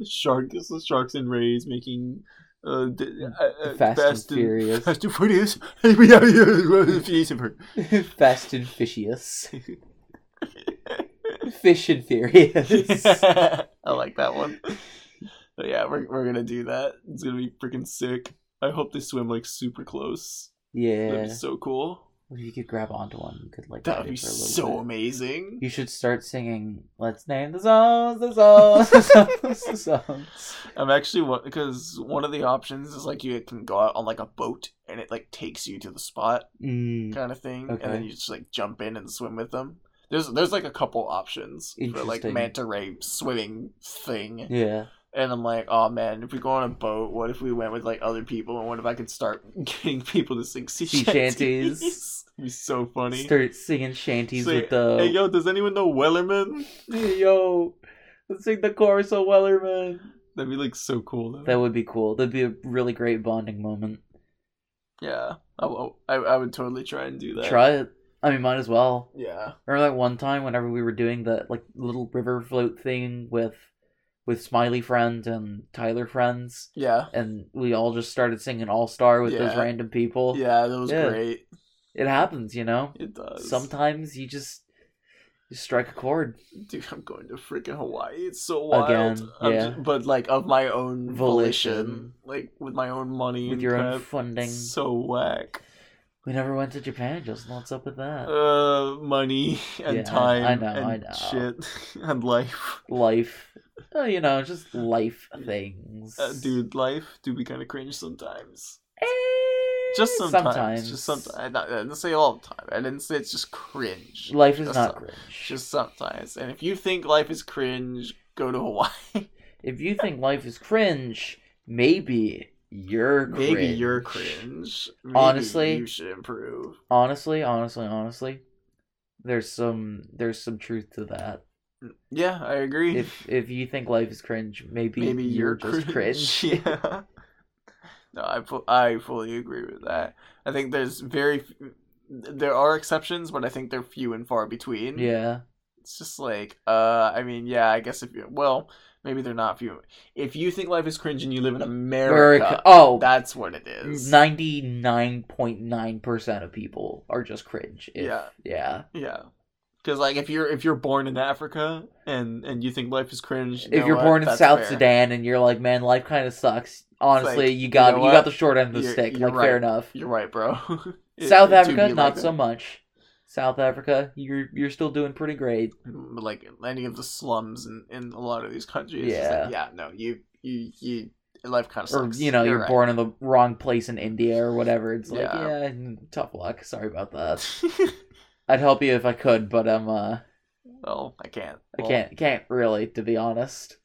[SPEAKER 1] shark. It's the sharks and rays making uh, d- uh, uh,
[SPEAKER 2] Mm, Fast and Furious.
[SPEAKER 1] Fast and Furious. Furious.
[SPEAKER 2] Fast and Fishious. Fish and Furious.
[SPEAKER 1] I like that one. But yeah, we're we're gonna do that. It's gonna be freaking sick. I hope they swim like super close. That'd
[SPEAKER 2] Yeah.
[SPEAKER 1] be so cool.
[SPEAKER 2] If you could grab onto one, you could like.
[SPEAKER 1] That'd
[SPEAKER 2] ride it
[SPEAKER 1] be
[SPEAKER 2] for a little
[SPEAKER 1] so
[SPEAKER 2] bit.
[SPEAKER 1] amazing.
[SPEAKER 2] You should start singing. Let's name the songs, the songs, the songs, the songs.
[SPEAKER 1] I'm actually because one of the options is like you can go out on like a boat and it like takes you to the spot.
[SPEAKER 2] Mm.
[SPEAKER 1] kind of thing, and
[SPEAKER 2] Okay.
[SPEAKER 1] then you just like jump in and swim with them. There's there's like a couple options for like
[SPEAKER 2] Interesting.
[SPEAKER 1] manta ray swimming thing,
[SPEAKER 2] Yeah.
[SPEAKER 1] and I'm like, oh man, if we go on a boat, what if we went with like other people, and what if I could start getting people to sing sea
[SPEAKER 2] Sea
[SPEAKER 1] shanties?
[SPEAKER 2] shanties.
[SPEAKER 1] It'd be so funny.
[SPEAKER 2] Start singing shanties
[SPEAKER 1] Sing-
[SPEAKER 2] with the.
[SPEAKER 1] Hey yo, does anyone know Wellerman?
[SPEAKER 2] Hey, yo, let's sing the chorus of Wellerman.
[SPEAKER 1] That'd be like so cool though.
[SPEAKER 2] That would be cool. That'd be a really great bonding moment.
[SPEAKER 1] yeah, I, w- I I would totally try and do that.
[SPEAKER 2] Try it. I mean, might as well.
[SPEAKER 1] Yeah.
[SPEAKER 2] Remember that one time whenever we were doing that like little river float thing with with Smiley friends and Tyler friends,
[SPEAKER 1] Yeah.
[SPEAKER 2] and we all just started singing All Star with those
[SPEAKER 1] Yeah.
[SPEAKER 2] random people.
[SPEAKER 1] Yeah, that was
[SPEAKER 2] Yeah.
[SPEAKER 1] great.
[SPEAKER 2] It happens, you know.
[SPEAKER 1] It does.
[SPEAKER 2] Sometimes you just you strike a chord.
[SPEAKER 1] Dude, I'm going to freaking Hawaii. It's so wild.
[SPEAKER 2] Again,
[SPEAKER 1] I'm
[SPEAKER 2] yeah.
[SPEAKER 1] ju- but like of my own volition,
[SPEAKER 2] Volition.
[SPEAKER 1] like with my own money
[SPEAKER 2] with
[SPEAKER 1] and
[SPEAKER 2] your own
[SPEAKER 1] crap.
[SPEAKER 2] funding.
[SPEAKER 1] So whack.
[SPEAKER 2] We never went to Japan, Justin. What's up with that?
[SPEAKER 1] Uh, money and
[SPEAKER 2] Yeah, I-
[SPEAKER 1] time
[SPEAKER 2] I know,
[SPEAKER 1] and
[SPEAKER 2] I know.
[SPEAKER 1] shit and life.
[SPEAKER 2] life, uh, you know, just life things,
[SPEAKER 1] Uh, dude, life do be kind of cringe sometimes.
[SPEAKER 2] Eh,
[SPEAKER 1] Just sometimes. Just sometimes. I not- I didn't say all the time. I didn't say it's just cringe.
[SPEAKER 2] Life is
[SPEAKER 1] Just
[SPEAKER 2] not
[SPEAKER 1] some-
[SPEAKER 2] cringe.
[SPEAKER 1] Just sometimes. And if you think life is cringe, go to Hawaii.
[SPEAKER 2] If you think life is cringe, maybe you're cringe.
[SPEAKER 1] Maybe you're cringe. Maybe
[SPEAKER 2] Honestly-
[SPEAKER 1] you should improve.
[SPEAKER 2] Honestly, honestly, honestly, there's some there's some truth to that.
[SPEAKER 1] Yeah, I agree.
[SPEAKER 2] If if you think life is cringe, maybe,
[SPEAKER 1] Maybe
[SPEAKER 2] you're,
[SPEAKER 1] you're,
[SPEAKER 2] just cringe.
[SPEAKER 1] yeah. No, I fu- I fully agree with that. I think there's very f- there are exceptions, but I think they're few and far between.
[SPEAKER 2] Yeah,
[SPEAKER 1] It's just like uh I mean, yeah, I guess if you well, maybe they're not few. If you think life is cringe and you live in America,
[SPEAKER 2] America. Oh,
[SPEAKER 1] that's what it is.
[SPEAKER 2] ninety nine point nine percent of people are just cringe. If,
[SPEAKER 1] Yeah.
[SPEAKER 2] yeah.
[SPEAKER 1] yeah. Cuz like if you're if you're born in Africa and and you think life is cringe, you
[SPEAKER 2] if
[SPEAKER 1] know
[SPEAKER 2] you're
[SPEAKER 1] what?
[SPEAKER 2] born in
[SPEAKER 1] That's
[SPEAKER 2] South
[SPEAKER 1] fair.
[SPEAKER 2] Sudan and you're like, man, life kind of sucks. Honestly,
[SPEAKER 1] like,
[SPEAKER 2] you got
[SPEAKER 1] you know
[SPEAKER 2] you,
[SPEAKER 1] what?
[SPEAKER 2] got the short end of the
[SPEAKER 1] You're-
[SPEAKER 2] stick.
[SPEAKER 1] you're
[SPEAKER 2] like, fair
[SPEAKER 1] right.
[SPEAKER 2] enough.
[SPEAKER 1] You're right, bro. It-
[SPEAKER 2] South
[SPEAKER 1] it do
[SPEAKER 2] Africa,
[SPEAKER 1] be like
[SPEAKER 2] not
[SPEAKER 1] that.
[SPEAKER 2] so much. South Africa, you're you're still doing pretty great.
[SPEAKER 1] like any of the slums in, in a lot of these countries. It's just like, yeah, no, you you you life kind of
[SPEAKER 2] Or
[SPEAKER 1] sucks.
[SPEAKER 2] you know, you're
[SPEAKER 1] right.
[SPEAKER 2] born in the wrong place in India or whatever. It's like,
[SPEAKER 1] Yeah.
[SPEAKER 2] yeah, mm, tough luck. Sorry about that. I'd help you if I could, but I'm uh,
[SPEAKER 1] well, I can't.
[SPEAKER 2] I
[SPEAKER 1] Well,
[SPEAKER 2] can't can't really, to be honest.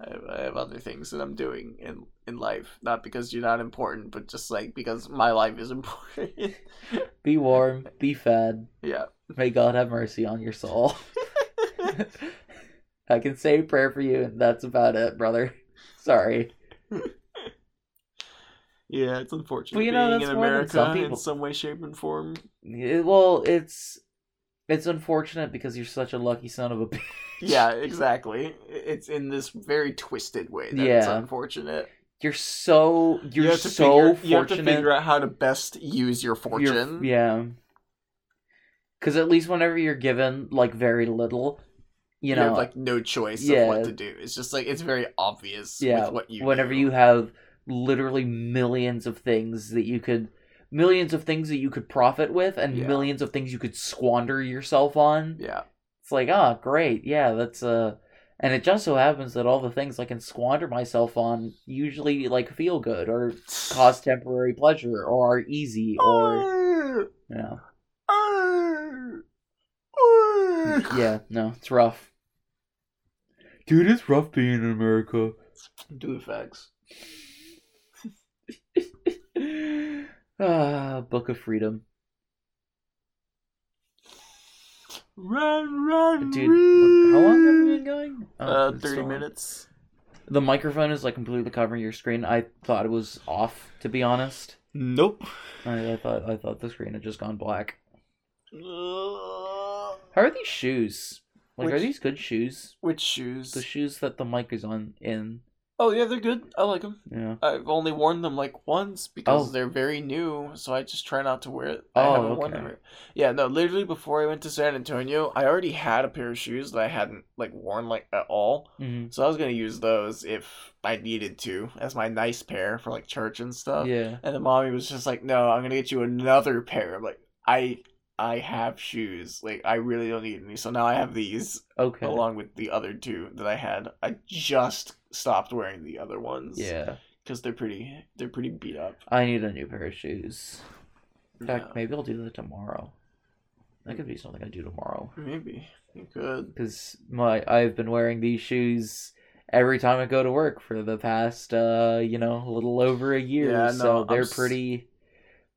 [SPEAKER 1] I have, I have other things that I'm doing in in life, not because you're not important, but just like because my life is important.
[SPEAKER 2] Be warm, be fed.
[SPEAKER 1] yeah,
[SPEAKER 2] May God have mercy on your soul. I can say a prayer for you, and that's about it, brother. Sorry.
[SPEAKER 1] yeah, it's unfortunate
[SPEAKER 2] Well, you know,
[SPEAKER 1] being
[SPEAKER 2] that's
[SPEAKER 1] in
[SPEAKER 2] more than
[SPEAKER 1] America
[SPEAKER 2] some people-
[SPEAKER 1] in some way, shape, and form.
[SPEAKER 2] It- well, it's it's unfortunate because you're such a lucky son of a bitch.
[SPEAKER 1] Yeah, exactly. It's in this very twisted way that it's
[SPEAKER 2] Yeah.
[SPEAKER 1] unfortunate.
[SPEAKER 2] You're so you're
[SPEAKER 1] you have to
[SPEAKER 2] so
[SPEAKER 1] figure, You have to
[SPEAKER 2] fortunate.
[SPEAKER 1] figure out how to best use your
[SPEAKER 2] You're-
[SPEAKER 1] fortune.
[SPEAKER 2] yeah. Because at least whenever you're given like very little, you know,
[SPEAKER 1] have like no choice
[SPEAKER 2] yeah.
[SPEAKER 1] of what to do. It's just like it's very obvious
[SPEAKER 2] Yeah,
[SPEAKER 1] with what you
[SPEAKER 2] whenever
[SPEAKER 1] do.
[SPEAKER 2] you have literally millions of things that you could millions of things that you could profit with and
[SPEAKER 1] Yeah.
[SPEAKER 2] millions of things you could squander yourself on
[SPEAKER 1] yeah
[SPEAKER 2] It's like, oh, great, yeah, that's uh and it just so happens that all the things I can squander myself on usually like feel good or cause temporary pleasure or are easy or you know. Yeah, no, it's rough. Dude, it's rough being in America.
[SPEAKER 1] do the facts.
[SPEAKER 2] ah, Book of Freedom.
[SPEAKER 1] Run, run,
[SPEAKER 2] Dude, look, how long have we been going? Oh,
[SPEAKER 1] Uh,
[SPEAKER 2] it's
[SPEAKER 1] thirty
[SPEAKER 2] still on.
[SPEAKER 1] minutes.
[SPEAKER 2] The microphone is like completely covering your screen. I thought it was off, to be honest.
[SPEAKER 1] Nope.
[SPEAKER 2] I, I thought I thought the screen had just gone black.
[SPEAKER 1] Uh,
[SPEAKER 2] How are these shoes? Like, are
[SPEAKER 1] Which-
[SPEAKER 2] these good shoes?
[SPEAKER 1] which shoes?
[SPEAKER 2] The shoes that the mic is on in.
[SPEAKER 1] Oh yeah, they're good. I like them.
[SPEAKER 2] Yeah.
[SPEAKER 1] I've only worn them like once because
[SPEAKER 2] Oh.
[SPEAKER 1] they're very new, so I just try not to wear it. I
[SPEAKER 2] Oh,
[SPEAKER 1] haven't worn
[SPEAKER 2] okay.
[SPEAKER 1] them. Yeah, no, literally before I went to San Antonio, I already had a pair of shoes that I hadn't like worn like at all.
[SPEAKER 2] Mm-hmm.
[SPEAKER 1] So I was gonna use those if I needed to as my nice pair for like church and stuff.
[SPEAKER 2] Yeah.
[SPEAKER 1] And the mommy was just like, "No, I'm gonna get you another pair." I'm like, "I, I have shoes. Like, I really don't need any." So now I have these
[SPEAKER 2] Okay.
[SPEAKER 1] along with the other two that I had. I just stopped wearing the other ones.
[SPEAKER 2] Yeah.
[SPEAKER 1] because they're pretty, they're pretty beat up.
[SPEAKER 2] I need a new pair of shoes. In fact,
[SPEAKER 1] Yeah.
[SPEAKER 2] maybe I'll do that tomorrow. That could be something I do tomorrow.
[SPEAKER 1] maybe you could.
[SPEAKER 2] Because my I've been wearing these shoes every time I go to work for the past uh you know a little over a year.
[SPEAKER 1] Yeah, no,
[SPEAKER 2] so
[SPEAKER 1] I'm
[SPEAKER 2] they're
[SPEAKER 1] s-
[SPEAKER 2] pretty.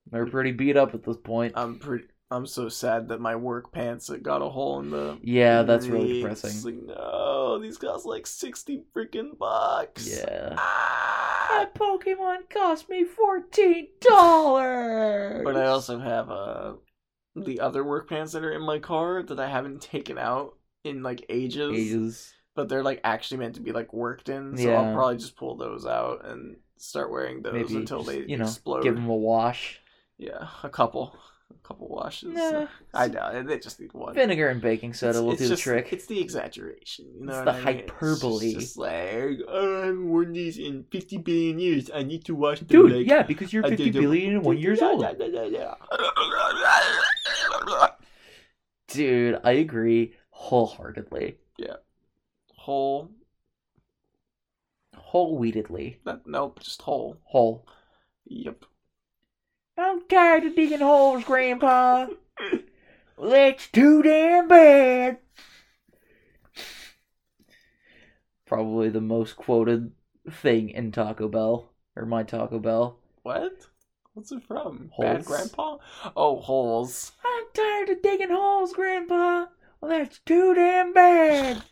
[SPEAKER 2] They're pretty beat up at this point.
[SPEAKER 1] I'm pretty. I'm so sad that my work pants that got a hole in the.
[SPEAKER 2] yeah, that's really
[SPEAKER 1] It's
[SPEAKER 2] depressing.
[SPEAKER 1] Like, no, these cost like sixty freaking bucks.
[SPEAKER 2] Yeah.
[SPEAKER 1] Ah!
[SPEAKER 2] That Pokemon cost me fourteen dollars.
[SPEAKER 1] But I also have uh the other work pants that are in my car that I haven't taken out in like ages.
[SPEAKER 2] ages.
[SPEAKER 1] But they're like actually meant to be like worked in, so
[SPEAKER 2] Yeah.
[SPEAKER 1] I'll probably just pull those out and start wearing those
[SPEAKER 2] Maybe
[SPEAKER 1] until
[SPEAKER 2] just,
[SPEAKER 1] they
[SPEAKER 2] you know,
[SPEAKER 1] explode.
[SPEAKER 2] Give them a wash.
[SPEAKER 1] Yeah, a couple, a couple washes.
[SPEAKER 2] Nah,
[SPEAKER 1] I doubt it. They just need one.
[SPEAKER 2] vinegar and baking soda
[SPEAKER 1] It's-
[SPEAKER 2] will
[SPEAKER 1] it's
[SPEAKER 2] do
[SPEAKER 1] just-
[SPEAKER 2] the trick.
[SPEAKER 1] It's the exaggeration. You know
[SPEAKER 2] It's
[SPEAKER 1] what
[SPEAKER 2] the
[SPEAKER 1] I mean? It's
[SPEAKER 2] hyperbole.
[SPEAKER 1] just like, oh, I haven't worn these in 50 billion years. I need to wash them.
[SPEAKER 2] Dude,
[SPEAKER 1] like,
[SPEAKER 2] yeah, because you're
[SPEAKER 1] I did
[SPEAKER 2] 50
[SPEAKER 1] the-
[SPEAKER 2] billion and one years old. Dude, I agree wholeheartedly,
[SPEAKER 1] Whole.
[SPEAKER 2] wholeweededly,
[SPEAKER 1] Not, nope, just whole.
[SPEAKER 2] whole.
[SPEAKER 1] Yep.
[SPEAKER 2] I'm tired of digging holes, Grandpa. That's too damn bad. Probably the most quoted thing in Taco Bell or my Taco Bell.
[SPEAKER 1] What? What's it from? Bad
[SPEAKER 2] Holes.
[SPEAKER 1] Grandpa? Oh, holes.
[SPEAKER 2] I'm tired of digging holes, Grandpa. Well, that's too damn bad.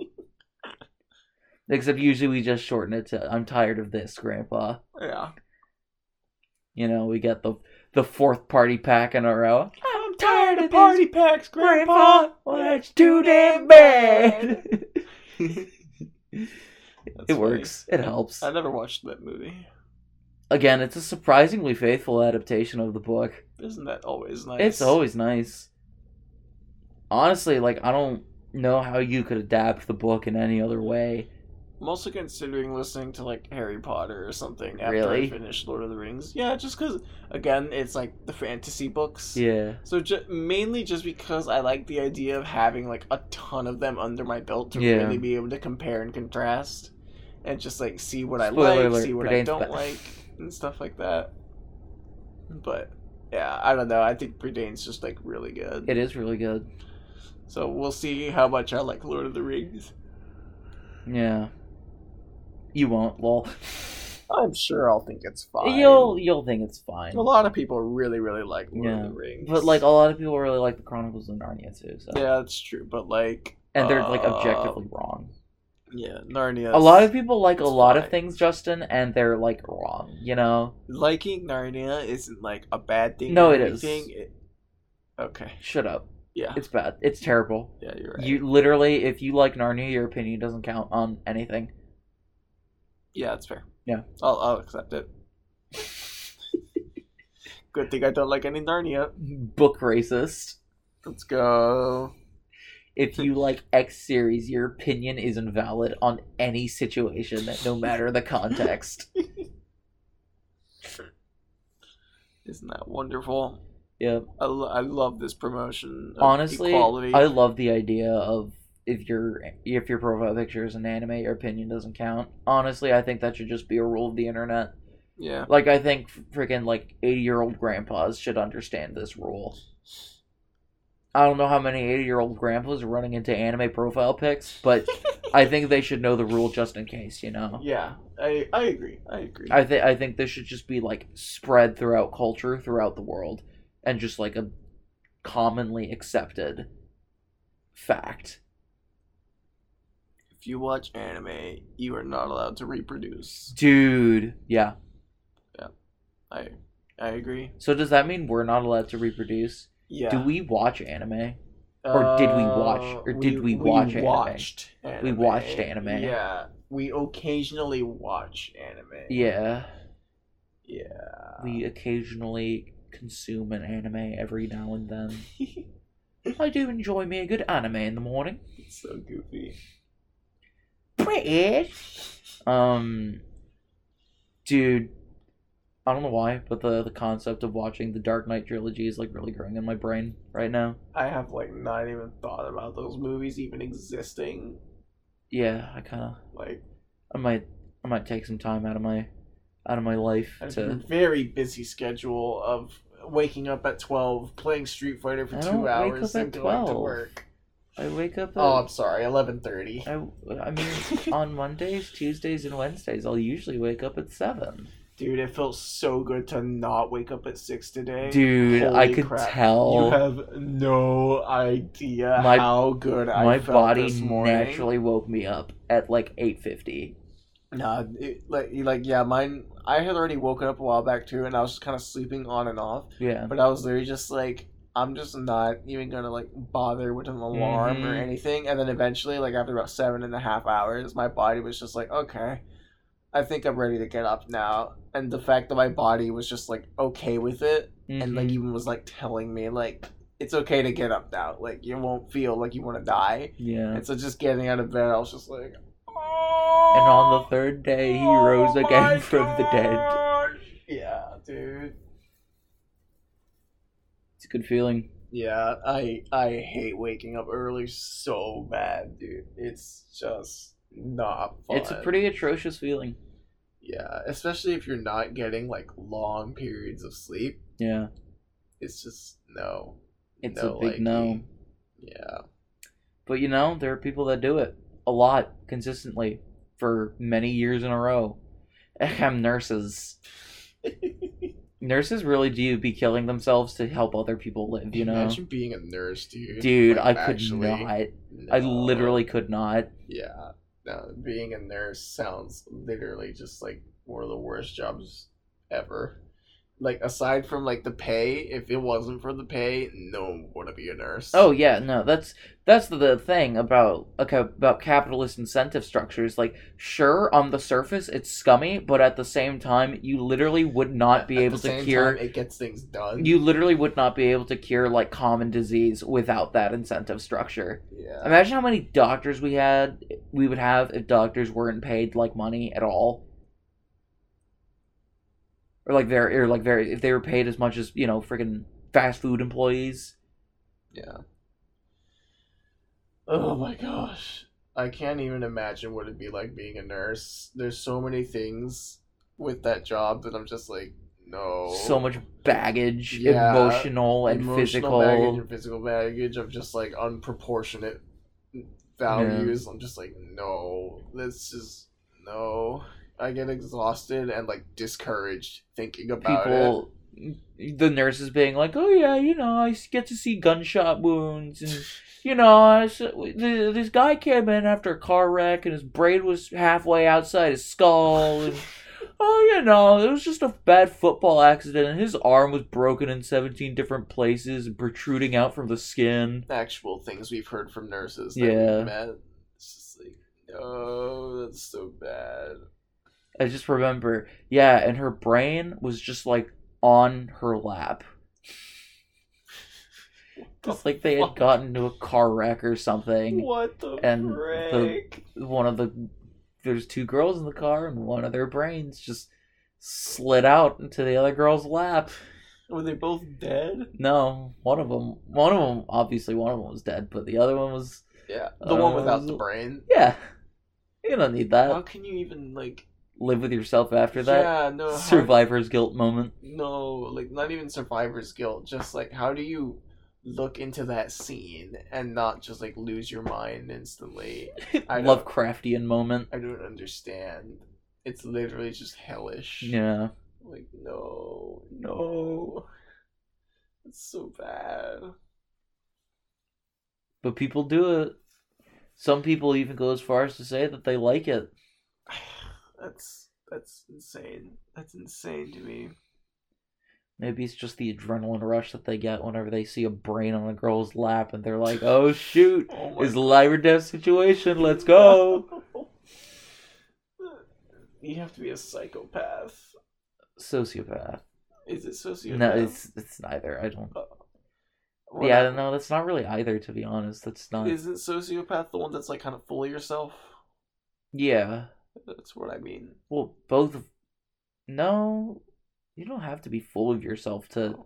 [SPEAKER 2] Except usually we just shorten it to "I'm tired of this, Grandpa."
[SPEAKER 1] Yeah.
[SPEAKER 2] You know, we got the the fourth party pack in a row.
[SPEAKER 1] I'm
[SPEAKER 2] tired of
[SPEAKER 1] party packs, Grandpa.
[SPEAKER 2] Well, that's too damn bad.
[SPEAKER 1] That's
[SPEAKER 2] it
[SPEAKER 1] funny.
[SPEAKER 2] works. It helps.
[SPEAKER 1] I never watched that movie.
[SPEAKER 2] Again, it's a surprisingly faithful adaptation of the book.
[SPEAKER 1] Isn't that always nice?
[SPEAKER 2] It's always nice. Honestly, like I don't know how you could adapt the book in any other way.
[SPEAKER 1] I'm also considering listening to like Harry Potter or something after I
[SPEAKER 2] Really?
[SPEAKER 1] finish Lord of the Rings. Yeah, just because again, it's like the fantasy books.
[SPEAKER 2] Yeah.
[SPEAKER 1] So ju- mainly just because I like the idea of having like a ton of them under my belt to
[SPEAKER 2] Yeah.
[SPEAKER 1] really be able to compare and contrast, and just like see what I
[SPEAKER 2] Spoiler
[SPEAKER 1] like,
[SPEAKER 2] alert,
[SPEAKER 1] see what I
[SPEAKER 2] Predane's
[SPEAKER 1] don't
[SPEAKER 2] back.
[SPEAKER 1] like, and stuff like that. But yeah, I don't know. I think Predane's just like really good.
[SPEAKER 2] It is really good.
[SPEAKER 1] So we'll see how much I like Lord of the Rings.
[SPEAKER 2] Yeah. You won't, lol.
[SPEAKER 1] I'm sure I'll think it's fine.
[SPEAKER 2] You'll you'll think it's fine.
[SPEAKER 1] A lot of people really, really like Lord of
[SPEAKER 2] Yeah.
[SPEAKER 1] the Rings.
[SPEAKER 2] But like a lot of people really like the Chronicles of Narnia too, so
[SPEAKER 1] yeah, that's true. But like,
[SPEAKER 2] and they're like
[SPEAKER 1] uh,
[SPEAKER 2] objectively wrong.
[SPEAKER 1] yeah, Narnia.
[SPEAKER 2] a lot of people like a
[SPEAKER 1] it's
[SPEAKER 2] lot
[SPEAKER 1] fine.
[SPEAKER 2] of things, Justin, and they're like wrong. You know,
[SPEAKER 1] liking Narnia isn't like a bad thing.
[SPEAKER 2] No,
[SPEAKER 1] or
[SPEAKER 2] it is.
[SPEAKER 1] anything. It- okay.
[SPEAKER 2] shut up.
[SPEAKER 1] Yeah.
[SPEAKER 2] It's bad. It's terrible.
[SPEAKER 1] Yeah, you're right.
[SPEAKER 2] You literally, if you like Narnia, your opinion doesn't count on anything.
[SPEAKER 1] Yeah, that's fair.
[SPEAKER 2] Yeah.
[SPEAKER 1] I'll I'll accept it. Good thing I don't like any Narnia.
[SPEAKER 2] Book racist.
[SPEAKER 1] Let's go.
[SPEAKER 2] If you like X series, your opinion is invalid on any situation, no matter the context.
[SPEAKER 1] Isn't that wonderful?
[SPEAKER 2] Yep.
[SPEAKER 1] I, lo- I love this promotion. Of
[SPEAKER 2] Honestly,
[SPEAKER 1] equality.
[SPEAKER 2] I love the idea of if your if your profile picture is an anime, your opinion doesn't count. Honestly, I think that should just be a rule of the internet.
[SPEAKER 1] yeah.
[SPEAKER 2] Like I think freaking like 80 year old grandpas should understand this rule. I don't know how many 80 year old grandpas are running into anime profile pics, but I think they should know the rule just in case, you know.
[SPEAKER 1] Yeah. I I agree. I agree.
[SPEAKER 2] I think I think this should just be like spread throughout culture throughout the world and just like a commonly accepted fact.
[SPEAKER 1] if you watch anime, you are not allowed to reproduce.
[SPEAKER 2] Dude, yeah.
[SPEAKER 1] I I agree.
[SPEAKER 2] So does that mean we're not allowed to reproduce?
[SPEAKER 1] Yeah. uh,
[SPEAKER 2] Do we watch anime? or did we watch- or did we watch anime?
[SPEAKER 1] watched
[SPEAKER 2] We watched anime.
[SPEAKER 1] Yeah, we occasionally watch anime.
[SPEAKER 2] Yeah.
[SPEAKER 1] Yeah.
[SPEAKER 2] We occasionally consume an anime every now and then. I do enjoy me a good anime in the morning.
[SPEAKER 1] it's so goofy.
[SPEAKER 2] Pretty. Um, dude, I don't know why, but the the concept of watching the Dark Knight trilogy is like really growing in my brain right now.
[SPEAKER 1] I have like not even thought about those movies even existing.
[SPEAKER 2] Yeah, I kind of
[SPEAKER 1] Like
[SPEAKER 2] I might I might take some time out of my out of my life
[SPEAKER 1] I have a
[SPEAKER 2] to
[SPEAKER 1] very busy schedule of waking up at twelve, playing Street Fighter for
[SPEAKER 2] I don't
[SPEAKER 1] two
[SPEAKER 2] wake
[SPEAKER 1] hours,
[SPEAKER 2] up
[SPEAKER 1] and
[SPEAKER 2] at
[SPEAKER 1] going
[SPEAKER 2] 12.
[SPEAKER 1] to work.
[SPEAKER 2] I wake up at,
[SPEAKER 1] Oh, I'm sorry, eleven thirty.
[SPEAKER 2] I I mean on Mondays, Tuesdays and Wednesdays I'll usually wake up at 7.
[SPEAKER 1] Dude, it felt so good to not wake up at six today.
[SPEAKER 2] Dude, I
[SPEAKER 1] holy
[SPEAKER 2] could
[SPEAKER 1] crap. you
[SPEAKER 2] tell
[SPEAKER 1] have no idea
[SPEAKER 2] My-
[SPEAKER 1] how good I
[SPEAKER 2] my
[SPEAKER 1] felt
[SPEAKER 2] body
[SPEAKER 1] this morning.
[SPEAKER 2] naturally woke me up at like 8:50.
[SPEAKER 1] Nah, it, like like yeah, mine. I had already woken up a while back too, and I was just kind of sleeping on and off.
[SPEAKER 2] Yeah.
[SPEAKER 1] But I was literally just like, I'm just not even gonna like bother with an alarm or
[SPEAKER 2] Mhm.
[SPEAKER 1] anything. And then eventually, like after about seven and a half hours, my body was just like, okay, I think I'm ready to get up now. And the fact that my body was just like okay with it, and like
[SPEAKER 2] Mhm.
[SPEAKER 1] even was like telling me like it's okay to get up now. Like you won't feel like you want to die.
[SPEAKER 2] yeah.
[SPEAKER 1] And so just getting out of bed, I was just like.
[SPEAKER 2] And on the third day, he rose
[SPEAKER 1] Oh my
[SPEAKER 2] again from the dead.
[SPEAKER 1] gosh. Yeah, dude.
[SPEAKER 2] It's a good feeling.
[SPEAKER 1] Yeah, I I hate waking up early so bad, dude. It's just not fun.
[SPEAKER 2] It's a pretty atrocious feeling.
[SPEAKER 1] yeah, especially if you're not getting like long periods of sleep.
[SPEAKER 2] Yeah.
[SPEAKER 1] It's just no.
[SPEAKER 2] It's a big no.
[SPEAKER 1] Yeah,
[SPEAKER 2] But you know, there are people that do it a lot consistently for many years in a row. Ahem, nurses. Nurses really do be killing themselves to help other people live, you know?
[SPEAKER 1] imagine being a nurse, dude.
[SPEAKER 2] Dude,
[SPEAKER 1] Like,
[SPEAKER 2] I could
[SPEAKER 1] actually,
[SPEAKER 2] not. I
[SPEAKER 1] no.
[SPEAKER 2] literally could not.
[SPEAKER 1] Yeah, no, being a nurse sounds literally just like one of the worst jobs ever. Like aside from like the pay, if it wasn't for the pay, no one would be a nurse.
[SPEAKER 2] Oh yeah, no, that's that's the- the thing about okay, about capitalist incentive structures. Like, sure, on the surface it's scummy, but at the same time, you literally would not be
[SPEAKER 1] At the
[SPEAKER 2] able to
[SPEAKER 1] same
[SPEAKER 2] cure.
[SPEAKER 1] time, it gets things done.
[SPEAKER 2] you literally would not be able to cure like common disease without that incentive structure.
[SPEAKER 1] yeah,
[SPEAKER 2] Imagine how many doctors we had we would have if doctors weren't paid like money at all. Or like very or like very if they were paid as much as, you know, freaking fast food employees.
[SPEAKER 1] yeah. Oh my gosh, I can't even imagine what it'd be like being a nurse. There's so many things with that job that I'm just like, no.
[SPEAKER 2] So much baggage,
[SPEAKER 1] Yeah.
[SPEAKER 2] emotional and
[SPEAKER 1] Emotional
[SPEAKER 2] physical.
[SPEAKER 1] baggage and physical baggage of just like unproportionate values. I'm just like, no, this is no. I get exhausted and like discouraged thinking about it.
[SPEAKER 2] people the nurses being like oh yeah you know i get to see gunshot wounds and you know I s- th- this guy came in after a car wreck and his brain was halfway outside his skull and oh you know it was just a bad football accident and his arm was broken in 17 different places and protruding out from the skin
[SPEAKER 1] Actual things we've heard from nurses that
[SPEAKER 2] Yeah.
[SPEAKER 1] we've met. It's just like, no, that's so bad.
[SPEAKER 2] i just remember yeah and her brain was just like on her lap just like they had
[SPEAKER 1] Fuck.
[SPEAKER 2] gotten into a car wreck or something
[SPEAKER 1] What the
[SPEAKER 2] and the-
[SPEAKER 1] frick?
[SPEAKER 2] one of the there's two girls in the car and one of their brains just slid out into the other girl's lap.
[SPEAKER 1] Were they both dead?
[SPEAKER 2] No, one of them, one of them, obviously one of them was dead, but the other one was,
[SPEAKER 1] Yeah, the one without the
[SPEAKER 2] Uh,
[SPEAKER 1] brain.
[SPEAKER 2] yeah, you don't need that.
[SPEAKER 1] How can you even like?
[SPEAKER 2] Live with yourself after uh, that.
[SPEAKER 1] yeah, no. how-
[SPEAKER 2] Survivor's guilt moment.
[SPEAKER 1] no like not even survivor's guilt just like how do you look into that scene and not just like lose your mind instantly I don't-
[SPEAKER 2] Lovecraftian moment.
[SPEAKER 1] i don't understand it's literally just hellish
[SPEAKER 2] Yeah.
[SPEAKER 1] like no no it's so bad
[SPEAKER 2] But people do it. Some people even go as far as to say that they like it.
[SPEAKER 1] that's that's insane that's insane to me
[SPEAKER 2] Maybe it's just the adrenaline rush that they get whenever they see a brain on a girl's lap and they're like, oh shoot,
[SPEAKER 1] oh my
[SPEAKER 2] It's a life or death situation. Let's go.
[SPEAKER 1] You have to be a psychopath.
[SPEAKER 2] Sociopath.
[SPEAKER 1] Is it sociopath?
[SPEAKER 2] No, it's it's neither. I don't.
[SPEAKER 1] Or
[SPEAKER 2] yeah,
[SPEAKER 1] not?
[SPEAKER 2] no, that's not really either. To be honest, that's not.
[SPEAKER 1] Isn't sociopath the one that's like kind of full of yourself?
[SPEAKER 2] Yeah.
[SPEAKER 1] That's what I mean.
[SPEAKER 2] Well, both. of- No, you don't have to be full of yourself to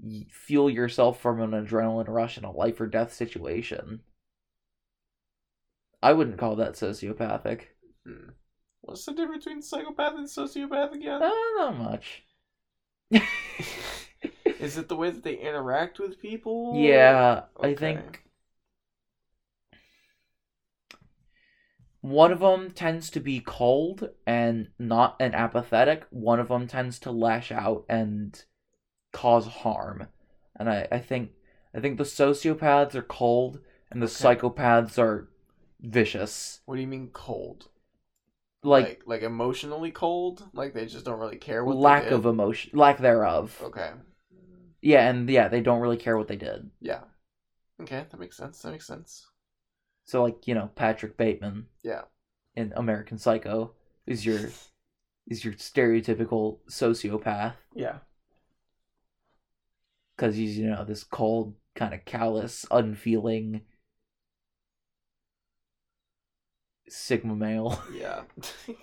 [SPEAKER 2] y- fuel yourself from an adrenaline rush in a life or death situation. I wouldn't call that sociopathic.
[SPEAKER 1] Hmm. What's the difference between psychopath and sociopath again?
[SPEAKER 2] Uh, not much.
[SPEAKER 1] Is it the way that they interact with people?
[SPEAKER 2] yeah, I
[SPEAKER 1] Okay.
[SPEAKER 2] think one of them tends to be cold and not and apathetic. One of them tends to lash out and cause harm. And I, I think I think the sociopaths are cold and the
[SPEAKER 1] Okay.
[SPEAKER 2] psychopaths are vicious.
[SPEAKER 1] What do you mean cold?
[SPEAKER 2] Like,
[SPEAKER 1] like emotionally cold? Like they just don't really care what they
[SPEAKER 2] lack
[SPEAKER 1] did? Oh.
[SPEAKER 2] of emotion, lack thereof.
[SPEAKER 1] Okay.
[SPEAKER 2] Yeah, and yeah, they don't really care what they did.
[SPEAKER 1] Yeah. Okay, that makes sense. That makes sense.
[SPEAKER 2] So like you know Patrick Bateman,
[SPEAKER 1] Yeah.
[SPEAKER 2] in American Psycho is your is your stereotypical sociopath
[SPEAKER 1] Yeah.
[SPEAKER 2] because he's you know this cold, kind of callous, unfeeling sigma male.
[SPEAKER 1] Yeah.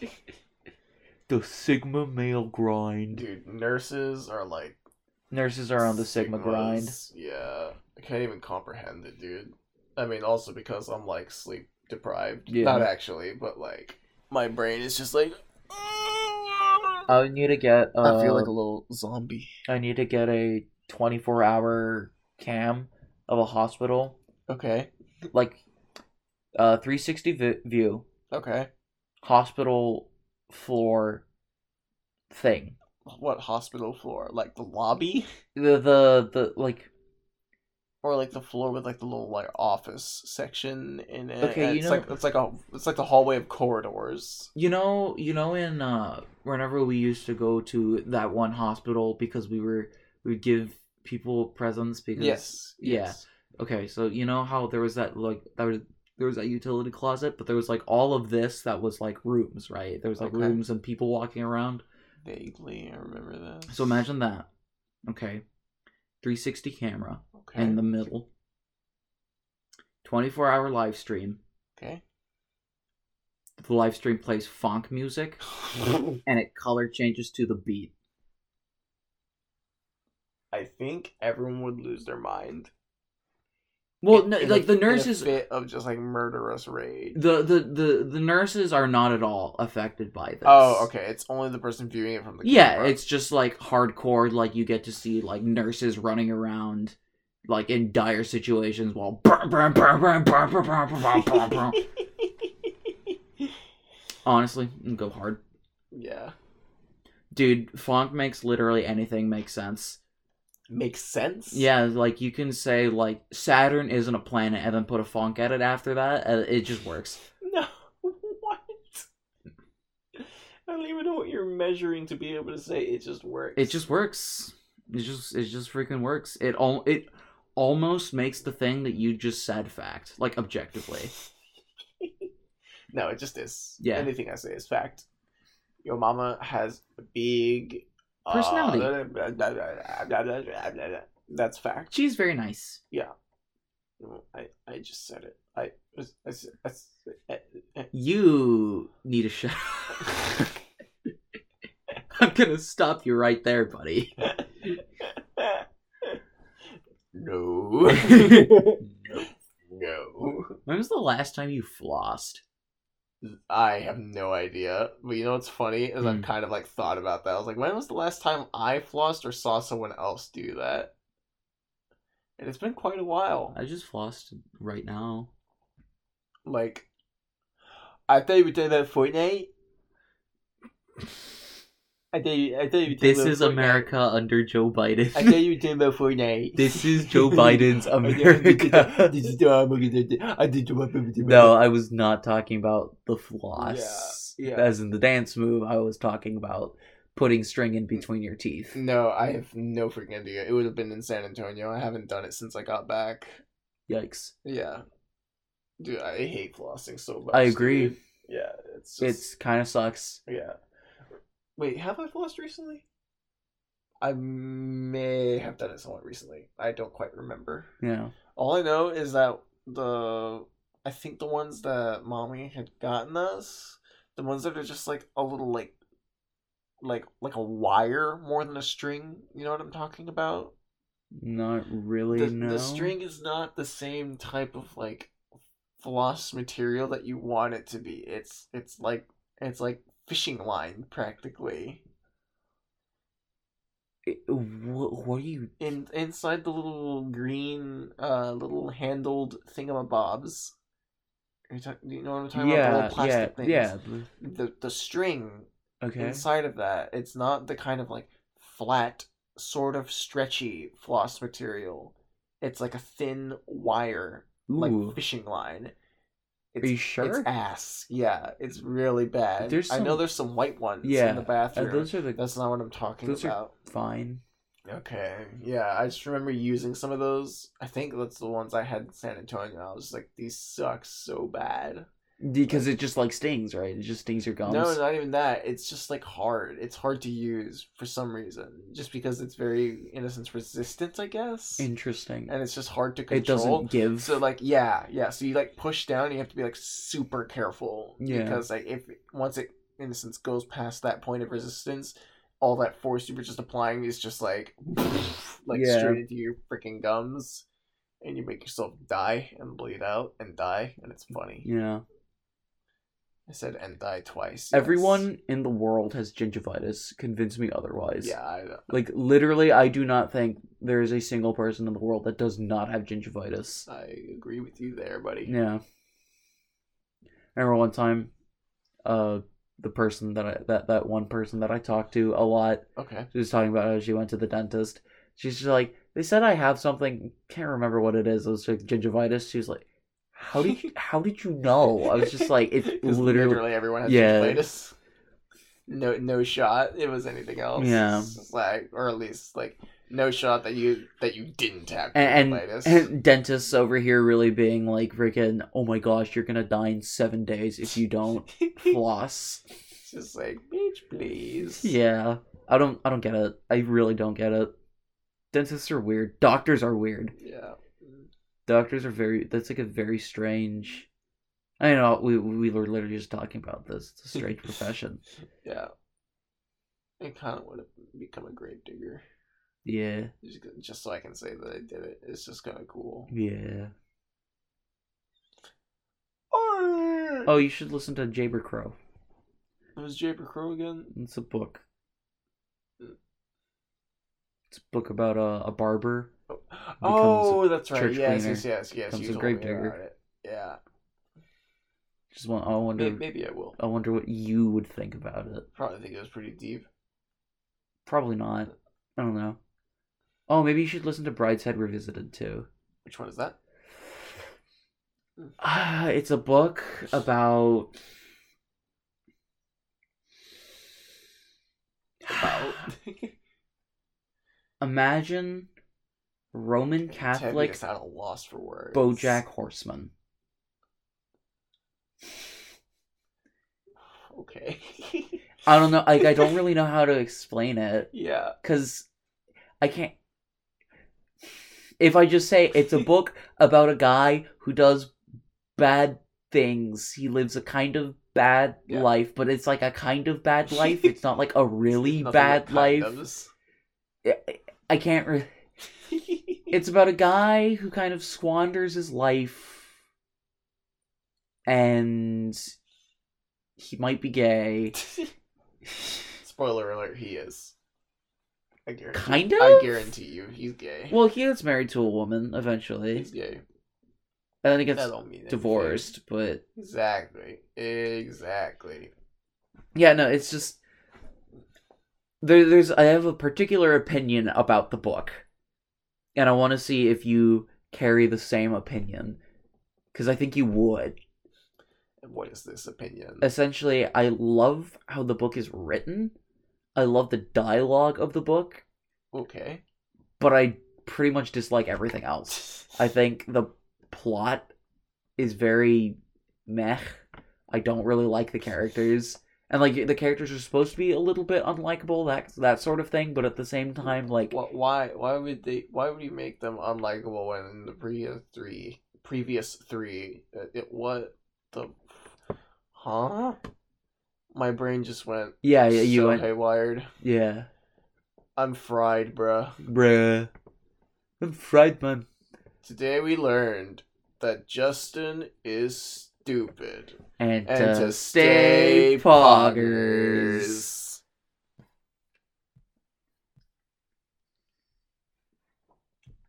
[SPEAKER 2] the sigma male grind.
[SPEAKER 1] Dude, nurses are like
[SPEAKER 2] Nurses are on the sigma grind.
[SPEAKER 1] Sigmas. Yeah, I can't even comprehend it, dude. I mean, also because I'm like sleep deprived.
[SPEAKER 2] Yeah.
[SPEAKER 1] Not actually, but like my brain is just like. I
[SPEAKER 2] I need to get. Uh,
[SPEAKER 1] feel like a little zombie.
[SPEAKER 2] I need to get a twenty four hour cam of a hospital,
[SPEAKER 1] Okay.
[SPEAKER 2] like uh three sixty vi- view.
[SPEAKER 1] Okay.
[SPEAKER 2] hospital floor thing.
[SPEAKER 1] What hospital floor? Like the lobby,
[SPEAKER 2] The the the like
[SPEAKER 1] or like the floor with like the little like office section in it?
[SPEAKER 2] Okay,
[SPEAKER 1] and
[SPEAKER 2] you
[SPEAKER 1] it's
[SPEAKER 2] know-
[SPEAKER 1] like it's like a it's like the hallway of corridors.
[SPEAKER 2] you know you know in uh whenever we used to go to that one hospital because we were we'd give people presents because
[SPEAKER 1] Yes.
[SPEAKER 2] yeah.
[SPEAKER 1] yes.
[SPEAKER 2] okay so you know how there was that like there was there was that utility closet but there was like all of this that was like rooms right there was like
[SPEAKER 1] Okay.
[SPEAKER 2] rooms and people walking around
[SPEAKER 1] Vaguely, I remember that.
[SPEAKER 2] so imagine that okay 360 camera
[SPEAKER 1] Okay.
[SPEAKER 2] in the middle 24 hour live stream
[SPEAKER 1] Okay.
[SPEAKER 2] the live stream plays funk music and it color changes to the beat.
[SPEAKER 1] I think everyone would lose their mind.
[SPEAKER 2] Well,
[SPEAKER 1] In-
[SPEAKER 2] no,
[SPEAKER 1] in
[SPEAKER 2] like
[SPEAKER 1] a-
[SPEAKER 2] the
[SPEAKER 1] in a
[SPEAKER 2] nurses,
[SPEAKER 1] fit of just like murderous rage.
[SPEAKER 2] the, the the the nurses are not at all affected by this.
[SPEAKER 1] Oh, okay. It's only the person viewing it from the
[SPEAKER 2] Yeah,
[SPEAKER 1] camera.
[SPEAKER 2] it's just like hardcore. Like you get to see like nurses running around, like in dire situations while. Honestly, go hard,
[SPEAKER 1] yeah.
[SPEAKER 2] dude. Funk makes literally anything make sense.
[SPEAKER 1] Makes sense.
[SPEAKER 2] Yeah, like you can say like Saturn isn't a planet and then put a funk at it after that. and It just works.
[SPEAKER 1] No. What? I don't even know what you're measuring to be able to say it just works.
[SPEAKER 2] It just works. It just it just freaking works. It all it almost makes the thing that you just said fact, like objectively.
[SPEAKER 1] No, it just is.
[SPEAKER 2] Yeah.
[SPEAKER 1] Anything I say is fact. Your mama has a big uh,
[SPEAKER 2] Personality.
[SPEAKER 1] that's fact.
[SPEAKER 2] She's very nice.
[SPEAKER 1] No, I, I just said it. I, I, I, I, I-
[SPEAKER 2] You need a shut. I'm gonna stop you right there, buddy.
[SPEAKER 1] eh. no. no.
[SPEAKER 2] When was the last time you flossed?
[SPEAKER 1] I have no idea. But you know what's funny is I've
[SPEAKER 2] Hmm.
[SPEAKER 1] kind of like thought about that. I was like, when was the last time I flossed or saw someone else do that? And it's been quite a while.
[SPEAKER 2] I just flossed right now.
[SPEAKER 1] Like, I thought you were talking about Fortnite. I thought you, I thought you were talking
[SPEAKER 2] This
[SPEAKER 1] about
[SPEAKER 2] is
[SPEAKER 1] Fortnite.
[SPEAKER 2] America under Joe Biden.
[SPEAKER 1] I thought you were talking about Fortnite.
[SPEAKER 2] This is Joe Biden's
[SPEAKER 1] I know.
[SPEAKER 2] America.
[SPEAKER 1] This is the America. I uh, did the-
[SPEAKER 2] No, I was not talking about the floss.
[SPEAKER 1] Yeah, yeah.
[SPEAKER 2] As in the dance move, I was talking about putting string in between your teeth.
[SPEAKER 1] No, I have no freaking idea. It would have been in San Antonio. I haven't done it since I got back.
[SPEAKER 2] Yikes.
[SPEAKER 1] Yeah. Dude, I hate flossing so much.
[SPEAKER 2] I agree.
[SPEAKER 1] dude. Yeah, it's just,
[SPEAKER 2] It's kind of sucks.
[SPEAKER 1] yeah. Wait, have I flossed recently? I may have done it somewhat recently. I don't quite remember.
[SPEAKER 2] Yeah.
[SPEAKER 1] All I know is that the I think the ones that mommy had gotten us, the ones that are just like a little like like like a wire more than a string, you know what I'm talking about?
[SPEAKER 2] Not really.
[SPEAKER 1] The,
[SPEAKER 2] no.
[SPEAKER 1] the string is not the same type of like floss material that you want it to be. It's it's like it's like fishing line practically.
[SPEAKER 2] It- wh- what are you?
[SPEAKER 1] In inside the little green uh little handled thingamabobs. Are you, talk, you know what I'm talking about? The
[SPEAKER 2] yeah,
[SPEAKER 1] little
[SPEAKER 2] yeah,
[SPEAKER 1] plastic things.
[SPEAKER 2] yeah. the-
[SPEAKER 1] The the string
[SPEAKER 2] Okay.
[SPEAKER 1] inside of that. It's not the kind of like flat, sort of stretchy floss material. It's like a thin wire,
[SPEAKER 2] Ooh.
[SPEAKER 1] like fishing line. It's,
[SPEAKER 2] are you sure? Uh,
[SPEAKER 1] It's ass. Yeah, it's really bad.
[SPEAKER 2] There's
[SPEAKER 1] I know
[SPEAKER 2] some-
[SPEAKER 1] there's some white ones
[SPEAKER 2] Yeah,
[SPEAKER 1] in the
[SPEAKER 2] Uh,
[SPEAKER 1] bathroom.
[SPEAKER 2] those are the
[SPEAKER 1] That's not what I'm talking
[SPEAKER 2] those are-
[SPEAKER 1] about.
[SPEAKER 2] fine.
[SPEAKER 1] Okay. Yeah, I just remember using some of those. I think that's the ones I had in San Antonio. I was just like, these suck so bad.
[SPEAKER 2] Because it just like stings, right? It just stings your gums.
[SPEAKER 1] No, not even that. It's just like hard. It's hard to use for some reason, just because it's very innocence resistant, I guess.
[SPEAKER 2] Interesting.
[SPEAKER 1] and it's just hard to
[SPEAKER 2] It
[SPEAKER 1] control.
[SPEAKER 2] doesn't give.
[SPEAKER 1] So like yeah, yeah. So you like push down, you have to be like super careful
[SPEAKER 2] Yeah.
[SPEAKER 1] because like if once it innocence goes past that point of resistance, all that force you were just applying is just like like
[SPEAKER 2] Yeah.
[SPEAKER 1] straight into your freaking gums, and you make yourself die and bleed out and die, and it's funny.
[SPEAKER 2] yeah.
[SPEAKER 1] I said and die twice. yes.
[SPEAKER 2] Everyone in the world has gingivitis. Convince me otherwise.
[SPEAKER 1] Yeah, I,
[SPEAKER 2] Like literally, I do not think there is a single person in the world that does not have gingivitis.
[SPEAKER 1] I agree with you there, buddy.
[SPEAKER 2] Yeah. I remember one time, uh, the person that I that that one person that I talked to a lot,
[SPEAKER 1] Okay.
[SPEAKER 2] she was talking about how she went to the dentist. She's just like, they said I have something. Can't remember what it is. It was like gingivitis. She was like, how did you, how did you know? Oh, I was just like, it's
[SPEAKER 1] 'Cause
[SPEAKER 2] literally.
[SPEAKER 1] everyone has
[SPEAKER 2] Yeah.
[SPEAKER 1] gingivitis. No, no shot. It was anything else.
[SPEAKER 2] Yeah.
[SPEAKER 1] It's just like, or at least like, no shot that you that you didn't have
[SPEAKER 2] And,
[SPEAKER 1] gingivitis.
[SPEAKER 2] and, and dentists over here really being like, freaking, oh my gosh, you're gonna die in seven days if you don't floss.
[SPEAKER 1] It's just like, bitch, please.
[SPEAKER 2] Yeah, I don't, I don't get it. I really don't get it. Dentists are weird. Doctors are weird.
[SPEAKER 1] Yeah.
[SPEAKER 2] doctors are very that's like a very strange i know we we were literally just talking about this it's a strange profession
[SPEAKER 1] Yeah. I kind of want to become a grave digger,
[SPEAKER 2] yeah
[SPEAKER 1] just, just so I can say that I did it. It's just kind of cool.
[SPEAKER 2] yeah
[SPEAKER 1] Oh,
[SPEAKER 2] oh you should listen to jaber crow
[SPEAKER 1] it was Japer Crow again.
[SPEAKER 2] it's a book it's a book about a, a barber
[SPEAKER 1] Oh, that's right.
[SPEAKER 2] church
[SPEAKER 1] Yes,
[SPEAKER 2] cleaner,
[SPEAKER 1] yes, yes, yes.
[SPEAKER 2] becomes
[SPEAKER 1] You
[SPEAKER 2] a
[SPEAKER 1] told
[SPEAKER 2] grave
[SPEAKER 1] me about
[SPEAKER 2] digger.
[SPEAKER 1] it. Yeah.
[SPEAKER 2] just want i
[SPEAKER 1] May-
[SPEAKER 2] wonder
[SPEAKER 1] Maybe I will.
[SPEAKER 2] i wonder what you would think about it
[SPEAKER 1] Probably think it was pretty deep.
[SPEAKER 2] probably not i don't know oh maybe you should listen to brideshead revisited too
[SPEAKER 1] Which one is that?
[SPEAKER 2] Uh, it's a book about.
[SPEAKER 1] About
[SPEAKER 2] Imagine Roman Catholic
[SPEAKER 1] Tavius out of loss for words.
[SPEAKER 2] Bojack Horseman.
[SPEAKER 1] Okay.
[SPEAKER 2] I don't know. Like I don't really know how to explain it
[SPEAKER 1] yeah.
[SPEAKER 2] because I can't. If I just say it's a book about a guy who does bad things, he lives a kind of bad
[SPEAKER 1] Yeah.
[SPEAKER 2] life, but it's like a kind of bad life. It's not like a really
[SPEAKER 1] Nothing
[SPEAKER 2] bad
[SPEAKER 1] but
[SPEAKER 2] life.
[SPEAKER 1] condoms.
[SPEAKER 2] I- I can't. Re- it's about a guy who kind of squanders his life and he might be gay
[SPEAKER 1] Spoiler alert, he is. I guarantee,
[SPEAKER 2] kind of
[SPEAKER 1] I guarantee you, he's gay.
[SPEAKER 2] well he gets married to a woman eventually
[SPEAKER 1] he's
[SPEAKER 2] and
[SPEAKER 1] gay.
[SPEAKER 2] then he
[SPEAKER 1] That
[SPEAKER 2] gets
[SPEAKER 1] don't mean anything.
[SPEAKER 2] divorced but
[SPEAKER 1] Exactly. Exactly.
[SPEAKER 2] yeah no it's just there, there's i have a particular opinion about the book and i want to see if you carry the same opinion because i think you would
[SPEAKER 1] And what is this opinion?
[SPEAKER 2] essentially i love how the book is written i love the dialogue of the book
[SPEAKER 1] Okay.
[SPEAKER 2] but i pretty much dislike everything else i think the plot is very meh i don't really like the characters and like the characters are supposed to be a little bit unlikable, that that sort of thing. But at the same time, like
[SPEAKER 1] Wh- Why? Why would they? Why would you make them unlikable when in the previous three, previous three, it, it what the, huh? My brain just went
[SPEAKER 2] yeah, yeah, you
[SPEAKER 1] so
[SPEAKER 2] went,
[SPEAKER 1] haywired.
[SPEAKER 2] yeah,
[SPEAKER 1] I'm fried, bruh.
[SPEAKER 2] bruh, I'm fried man.
[SPEAKER 1] Today we learned that Justin is stupid
[SPEAKER 2] And, uh,
[SPEAKER 1] and
[SPEAKER 2] to
[SPEAKER 1] to stay poggers.